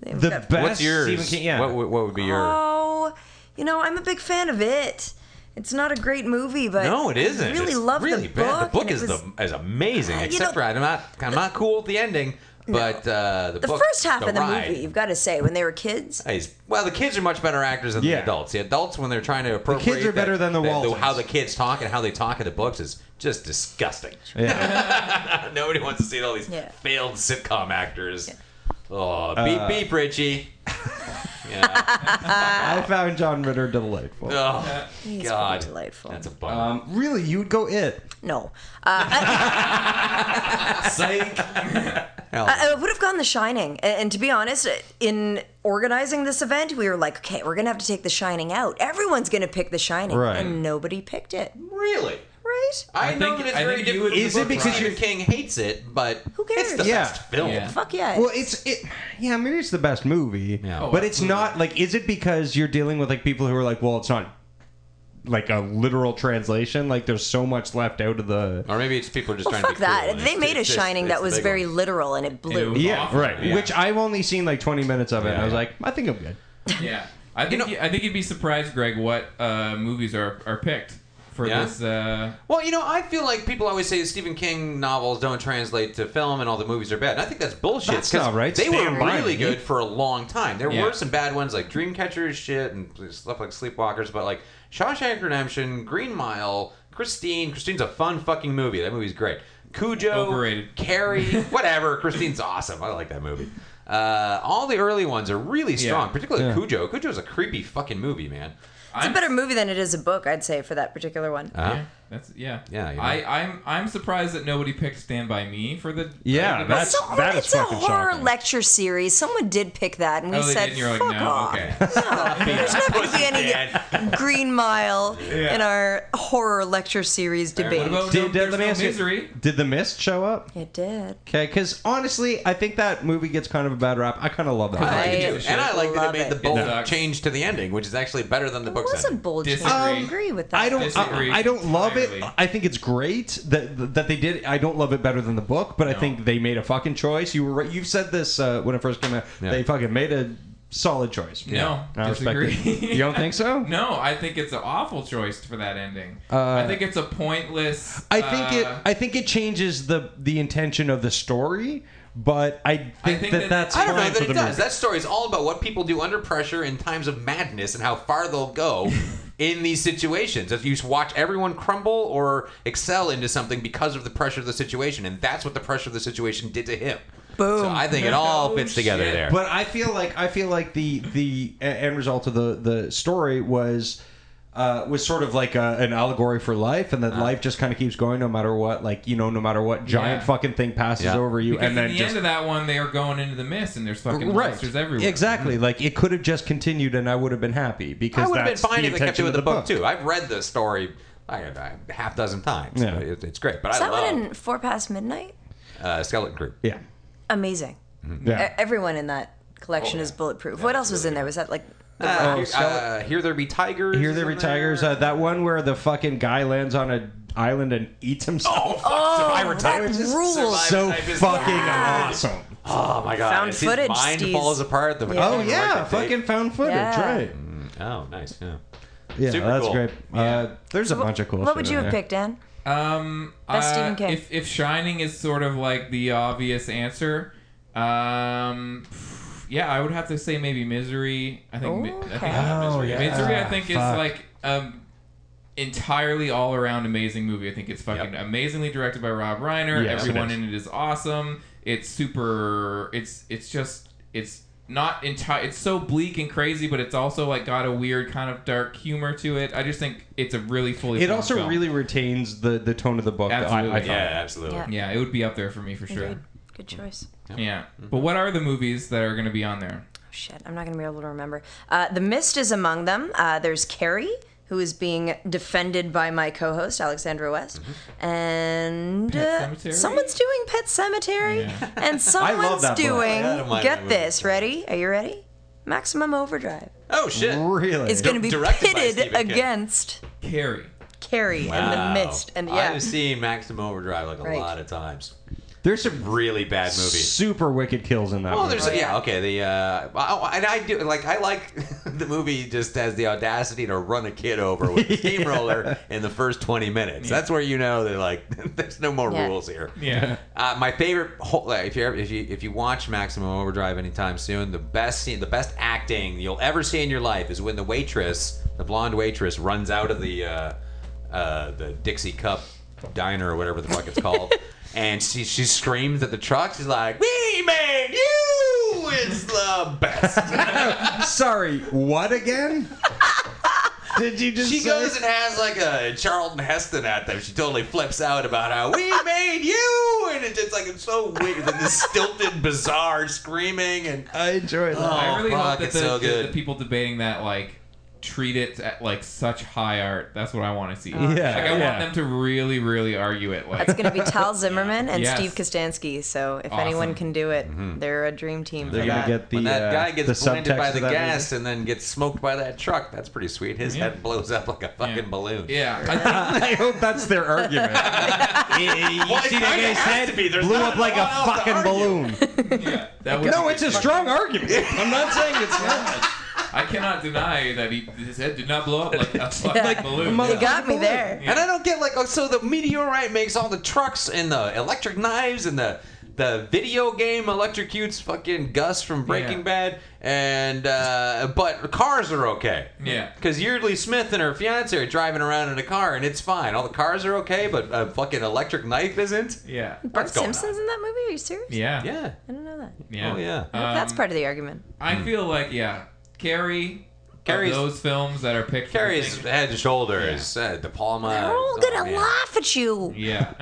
S6: they've
S5: The
S6: got-
S5: best
S3: What's yours?
S5: Stephen King. Yeah.
S3: What, would- what would be your.
S6: Oh, you know, I'm a big fan of it. It's not a great movie, but
S3: No, it isn't.
S6: I really
S3: It's
S6: love
S3: really
S6: the book.
S3: bad. The book
S6: and it
S3: is
S6: was-
S3: the is amazing,
S6: you
S3: except
S6: know-
S3: for I'm not I'm not cool with the ending. But uh, the,
S6: the
S3: book,
S6: first half of the
S3: ride
S6: movie. You've got to say when they were kids.
S3: is- well, the kids are much better actors than
S5: Yeah.
S3: the adults. The adults, when they're trying to appropriate,
S5: are better
S3: that-
S5: than the
S3: that-
S5: Waltons.
S3: How the kids talk and how they talk in the books is just disgusting.
S5: Yeah.
S3: <laughs> Nobody wants to see all these
S6: Yeah.
S3: failed sitcom actors. Oh, beep beep, Richie. Yeah.
S5: I found John Ritter delightful.
S3: Oh,
S6: He's
S3: God.
S6: pretty delightful.
S3: that's a bummer.
S5: Um, really, you would go it.
S6: no. Uh, I,
S3: Psych. Hell,
S6: I I would have gone The Shining. And, and to be honest, in organizing this event, we were like, okay, we're going to have to take The Shining out. Everyone's going to pick The Shining.
S5: Right.
S6: And nobody picked it.
S3: really?
S6: Right?
S3: I,
S4: I
S3: know
S4: think-
S3: that it's
S4: I
S3: very
S4: think you
S3: difficult.
S4: would
S3: Is it
S4: look
S3: because
S4: right.
S3: your king hates it, but
S6: Who
S3: It's the
S6: cares?
S5: Yeah.
S3: best film.
S4: Yeah.
S6: Fuck yeah.
S5: Well, it's it. Yeah, maybe it's the best movie.
S3: Yeah.
S5: but it's not like. Is it because you're dealing with like people who are like, well, it's not like a literal translation. Like, there's so much left out of
S4: Oh,
S5: the.
S3: Or maybe it's people are just
S6: Well,
S3: trying
S6: fuck
S3: to be
S6: that.
S3: cool.
S6: They
S3: It's-
S6: made a
S3: it's just-
S6: Shining
S3: it's
S6: that
S3: the
S6: was
S3: big
S6: very
S3: one.
S6: literal and it blew.
S4: Ew.
S5: Yeah,
S4: Awful.
S5: right.
S4: Yeah.
S5: Which I've only seen like 20 minutes of it. and I was
S3: Yeah.
S5: like, I think I'm good.
S4: Yeah, I think
S3: know-
S4: you- I think you'd be surprised, Greg, what uh, movies are are picked for
S3: Yeah?
S4: this. Uh,
S3: Well, you know, I feel like people always say Stephen King novels don't translate to film and all the movies are bad. And I think that's bullshit.
S5: That's
S3: 'cause
S5: not right.
S3: They
S5: Stand
S3: were
S5: by
S3: really
S5: me.
S3: good for a long time. There
S4: Yeah.
S3: were some bad ones like Dreamcatcher is shit and stuff like Sleepwalkers, but like Shawshank Redemption, Green Mile, Christine. Christine's a fun fucking movie. That movie's great. Cujo,
S4: Overrated.
S3: Carrie,
S5: <laughs>
S3: whatever. Christine's awesome. I like that movie. Uh, all the early ones are really strong, particularly
S5: Yeah.
S3: Cujo. Cujo's a creepy fucking movie, man.
S6: It's a better movie than it is a book, I'd say, for that particular one.
S3: Uh,
S4: Yeah, that's yeah.
S3: Yeah, you know.
S4: I, I'm I'm surprised that nobody picked Stand by Me for the.
S5: Yeah,
S4: for the best-
S5: that's-
S6: It's a horror,
S5: that is
S6: it's a
S5: fucking
S6: horror
S5: shocking.
S6: lecture series. Someone did pick that, and we
S4: oh, they
S6: said,
S4: did, and you're like,
S6: "Fuck
S4: no,
S6: off."
S4: okay.
S6: <laughs> There's not going to be any Green Mile in our horror lecture series debate.
S4: What about no,
S5: Did, uh,
S4: there's
S5: let me
S4: no
S5: ask
S4: misery?
S5: you, did The Mist show up?
S6: it did.
S5: Okay, because honestly, I think that movie gets kind of a bad rap. I kind of love
S4: <laughs>
S5: that.
S3: I
S5: movie.
S3: like it too.
S6: I
S3: and I like that it
S6: love
S3: made the
S6: it.
S3: bold
S4: It sucks.
S3: change to the ending, which is actually better than the
S6: It
S3: book's
S6: was a
S3: ending.
S6: bold
S4: Disagree.
S6: choice. I agree with that.
S5: I don't.
S4: Disagree
S5: I, I don't love it.
S4: entirely.
S5: I think it's great that that they did. I don't love it better than the book, but I think they made a fucking choice. You were. right. You've said this uh, when it first came out.
S3: Yeah.
S5: They fucking made a solid choice.
S4: No,
S5: And I respect
S4: disagree.
S5: it. You don't think
S3: <laughs>
S5: so?
S4: <laughs>
S5: Uh,
S4: No, I think it's an awful choice for that ending. I think it's a pointless.
S5: I think it.
S4: uh,
S5: I think it changes the the intention of the story, but I think,
S4: think
S5: that,
S4: that-
S5: that's
S3: I don't know
S5: fine
S3: that
S5: for
S3: it
S5: the
S3: does.
S5: movie.
S3: That story is all about what people do under pressure in times of madness and how far they'll go in these situations. If you just watch everyone crumble or excel into something because of the pressure of the situation, and that's what the pressure of the situation did to him.
S6: Boom.
S3: So I think it all
S4: Oh,
S3: fits together
S4: shit.
S3: there.
S5: But I feel like I feel like the the e- end result of the the story was. Uh, was sort of like a, an allegory for life, and that life just kind of keeps going no matter what. Like you know, no matter what giant
S4: Uh-huh. Yeah.
S5: fucking thing passes
S3: Yeah.
S5: over you,
S4: because
S5: and
S4: at
S5: then
S4: the
S5: just
S4: end of that one, they are going into the mist, and there's fucking monsters everywhere. Mm-hmm.
S5: Exactly, like it could have just continued, and I would have been happy because
S3: I would have been
S5: that's
S3: fine
S5: the
S3: if they kept it
S5: intention
S3: with
S5: of
S3: the book, too. I've read the story I, I, half dozen times.
S5: Yeah.
S3: It- it's great. But
S6: Is
S3: I
S6: that one
S3: love
S6: in Four Past Midnight?
S3: uh, Skeleton Crew.
S5: Yeah,
S6: Amazing.
S4: Mm-hmm.
S6: E-
S5: yeah.
S6: Everyone in that collection is bulletproof. what else was in there? Was that like the
S3: Uh,
S5: Oh,
S3: here, uh,
S5: Skele-
S3: Here There Be Tigers.
S5: Here
S3: is
S5: there
S3: in
S5: be tigers. Uh, that one where the fucking guy lands on a island and eats himself.
S6: Oh, that rules.
S5: so
S3: type is-
S5: fucking awesome.
S3: Oh my god!
S6: Found
S3: As
S6: footage,
S3: His mind
S6: Steez.
S3: falls apart. The
S5: Oh yeah,
S3: Like the date.
S5: fucking found footage,
S6: Yeah.
S5: right?
S3: Oh nice. Yeah.
S5: Yeah,
S3: Super
S5: that's
S3: cool.
S5: great. Uh, there's a bunch of cool.
S6: What would
S5: shit
S6: you
S5: in
S6: have
S5: there.
S6: picked, Dan?
S4: Um,
S6: Best
S4: uh,
S6: Stephen King.
S4: If, if Shining is sort of like the obvious answer, um, yeah, I would have to say maybe Misery. I think. Mi- I think
S6: Okay.
S5: Oh,
S4: Misery.
S5: yeah.
S4: Misery, I think, is
S5: Fuck.
S4: like um, entirely all around amazing movie. I think it's fucking
S3: Yep.
S4: amazingly directed by Rob Reiner.
S5: Yes, it
S4: Everyone
S5: is.
S4: in it is awesome. It's super. It's it's just it's not entire. It's so bleak and crazy, but it's also like got a weird kind of dark humor to it. I just think it's a really fully.
S5: It
S4: formed
S5: also
S4: film.
S5: really retains the the tone of the book. that I- I,
S4: Absolutely.
S5: thought.
S3: Yeah, absolutely.
S6: Yeah.
S4: Yeah, it would be up there for me for sure.
S6: Good. Good choice. Oh,
S4: Yeah. But what are the movies that are going to be on there?
S6: Shit, I'm not going to be able to remember. Uh, the Mist is among them. Uh, there's Carrie, who is being defended by my co host, Alexandra West. And
S4: Pet
S6: uh,
S4: Sematary?
S6: someone's doing Pet Cemetery.
S4: Yeah.
S6: <laughs> And
S5: love
S6: someone's
S5: that book.
S6: doing,
S3: I don't mind that
S6: get
S3: movie.
S6: this, ready? Are you ready? Maximum Overdrive
S3: Oh shit!
S5: Really?
S6: is going to be
S3: directed by Stephen
S6: pitted
S3: King.
S6: against
S5: <laughs>
S4: Carrie.
S6: Carrie and the Mist. And yeah,
S3: I've seen Maximum Overdrive like a
S6: Right.
S3: lot of times.
S5: there's some
S3: Really bad movie.
S5: super wicked kills in that.
S3: Well,
S5: one.
S3: there's yeah, okay. The uh, I- I- and I do like I like <laughs> the movie just has the audacity to run a kid over with <laughs> a steamroller in the first 20 minutes. That's where you know they're like, <laughs> there's no more
S6: Yeah.
S3: rules here.
S4: Yeah.
S3: Uh, my favorite, whole, like, if you if you if you watch Maximum Overdrive anytime soon, the best scene, the best acting you'll ever see in your life is when the waitress, the blonde waitress, runs out of the uh, uh, the Dixie Cup diner or whatever the fuck it's called, and she she screams at the truck. She's like, "We made you!" is the best.
S5: <laughs> Sorry, what
S3: <laughs>
S5: again? Did you just
S3: She
S5: say-
S3: goes and has like a Charlton Heston at them. She totally flips out about how we made you, and it's just like it's so weird. Like this stilted, bizarre screaming, and
S5: I enjoyed that.
S4: I really
S3: Oh, fuck,
S4: hope that
S3: it's
S4: the,
S3: so
S4: the-
S3: good.
S4: the people debating that like treat it at like such high art. That's what I want to see. like
S5: Yeah,
S4: I
S5: Uh-huh. yeah.
S4: want them to really, really argue it. Like
S6: It's going to be Tal Zimmerman and
S4: Yes.
S6: Steve Kostansky. So if
S4: Awesome. Mm-hmm.
S6: anyone can do it, they're a dream team.
S5: They're
S6: for
S5: gonna
S6: that.
S5: get the
S3: when that
S5: uh,
S3: guy gets
S5: the
S3: blinded by
S5: subtext
S3: the
S5: of that
S3: gas and then gets smoked by that truck, that's pretty sweet. His
S4: Yeah.
S3: head blows up like a fucking
S4: Yeah.
S3: balloon.
S4: yeah, <laughs>
S5: movie. <laughs> <laughs> I hope
S3: <laughs>
S5: that's their argument. you see that
S3: kinda has
S5: guy's head
S3: to be. There's
S5: blew
S3: not
S5: up like a
S3: a lot else to
S5: fucking
S3: argue.
S5: balloon.
S4: yeah. That would
S5: no,
S4: be-
S5: it's a strong argument. I'm not saying it's not.
S4: I cannot deny that he, his head did not blow up
S5: <laughs>
S4: like a fucking
S6: Like,
S4: balloon.
S5: mother-
S6: You got me there.
S3: And I don't get like oh, so the meteorite makes all the trucks and the electric knives and the the video game electrocutes fucking Gus from Breaking
S4: Yeah.
S3: Bad and uh, but cars are okay.
S4: Yeah.
S3: Because Yeardley Smith and her fiance are driving around in a car and it's fine. All the cars are okay, but a fucking electric knife isn't.
S4: Yeah. Yeah.
S6: Bart
S3: What's going
S6: Simpson's in that movie? Are you serious?
S4: Yeah.
S3: Yeah.
S6: I didn't know that.
S4: Yeah.
S3: Oh yeah.
S6: I hope that's
S4: Um,
S6: part of the argument.
S4: I feel like yeah, Carrie. Carrie.
S3: Carrie's-
S4: Those films that are picked. from
S3: Carries
S4: things-
S3: head and shoulders, uh, De Palma.
S6: They're all
S3: oh,
S6: gonna
S3: man.
S6: laugh at you.
S4: Yeah.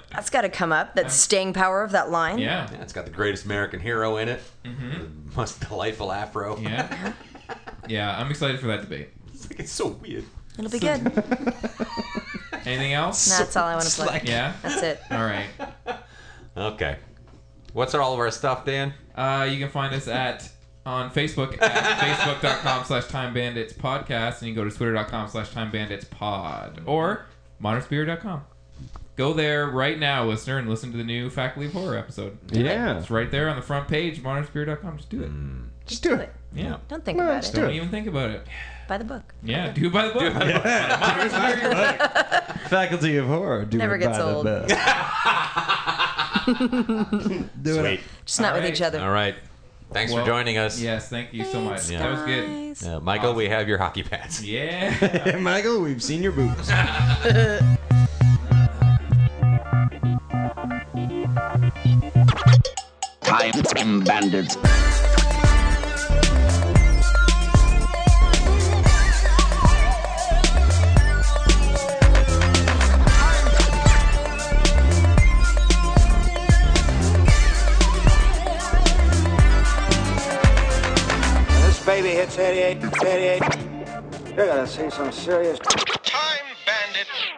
S4: <laughs>
S6: That's got to come up. That staying power of that line.
S4: yeah.
S3: Yeah, it's got the greatest American hero in it. The most <laughs> delightful afro.
S4: Yeah.
S5: <laughs>
S4: Yeah. I'm excited for that debate.
S3: <laughs> it's, like, it's so weird.
S6: It'll
S4: <laughs>
S6: be good. No,
S4: Anything
S5: <laughs>
S4: else?
S6: that's all I want to
S3: It's
S6: play.
S3: like-
S4: Yeah.
S6: That's it.
S4: All right.
S3: Okay. What's all of our stuff, Dan?
S4: Uh, you can find us at on Facebook <laughs> at facebook.com slash time bandits podcast and you can go to twitter.com slash time bandits pod or modernspirit.com. Go there right now, listener, and listen to the new Faculty of Horror episode.
S5: Yeah,
S4: It's right there on the front page, modernspirit.com. Just do it.
S5: just do it.
S4: Yeah.
S6: Don't think
S5: No,
S6: about
S5: let's
S6: it.
S5: do
S4: Don't even think about it.
S6: Buy the book.
S4: Yeah, do it by the book. Modern Spirit.
S5: <laughs> Faculty of Horror. Do
S6: Never
S5: it
S6: gets
S5: by
S6: old.
S5: The best. <laughs> do it.
S6: Just not
S4: All
S6: with
S4: right.
S6: each other.
S3: All right. Thanks
S4: Well,
S3: for joining us.
S4: Yes, thank you so much.
S6: Thanks,
S4: That was good.
S6: guys.
S3: Uh, Michael, we have your hockey pads.
S4: Yeah.
S5: Hey, <laughs> Michael, we've seen your boobs.
S7: Time Bandits.
S2: When this baby hits 88, 88, you're gonna see some serious
S8: Time Bandits.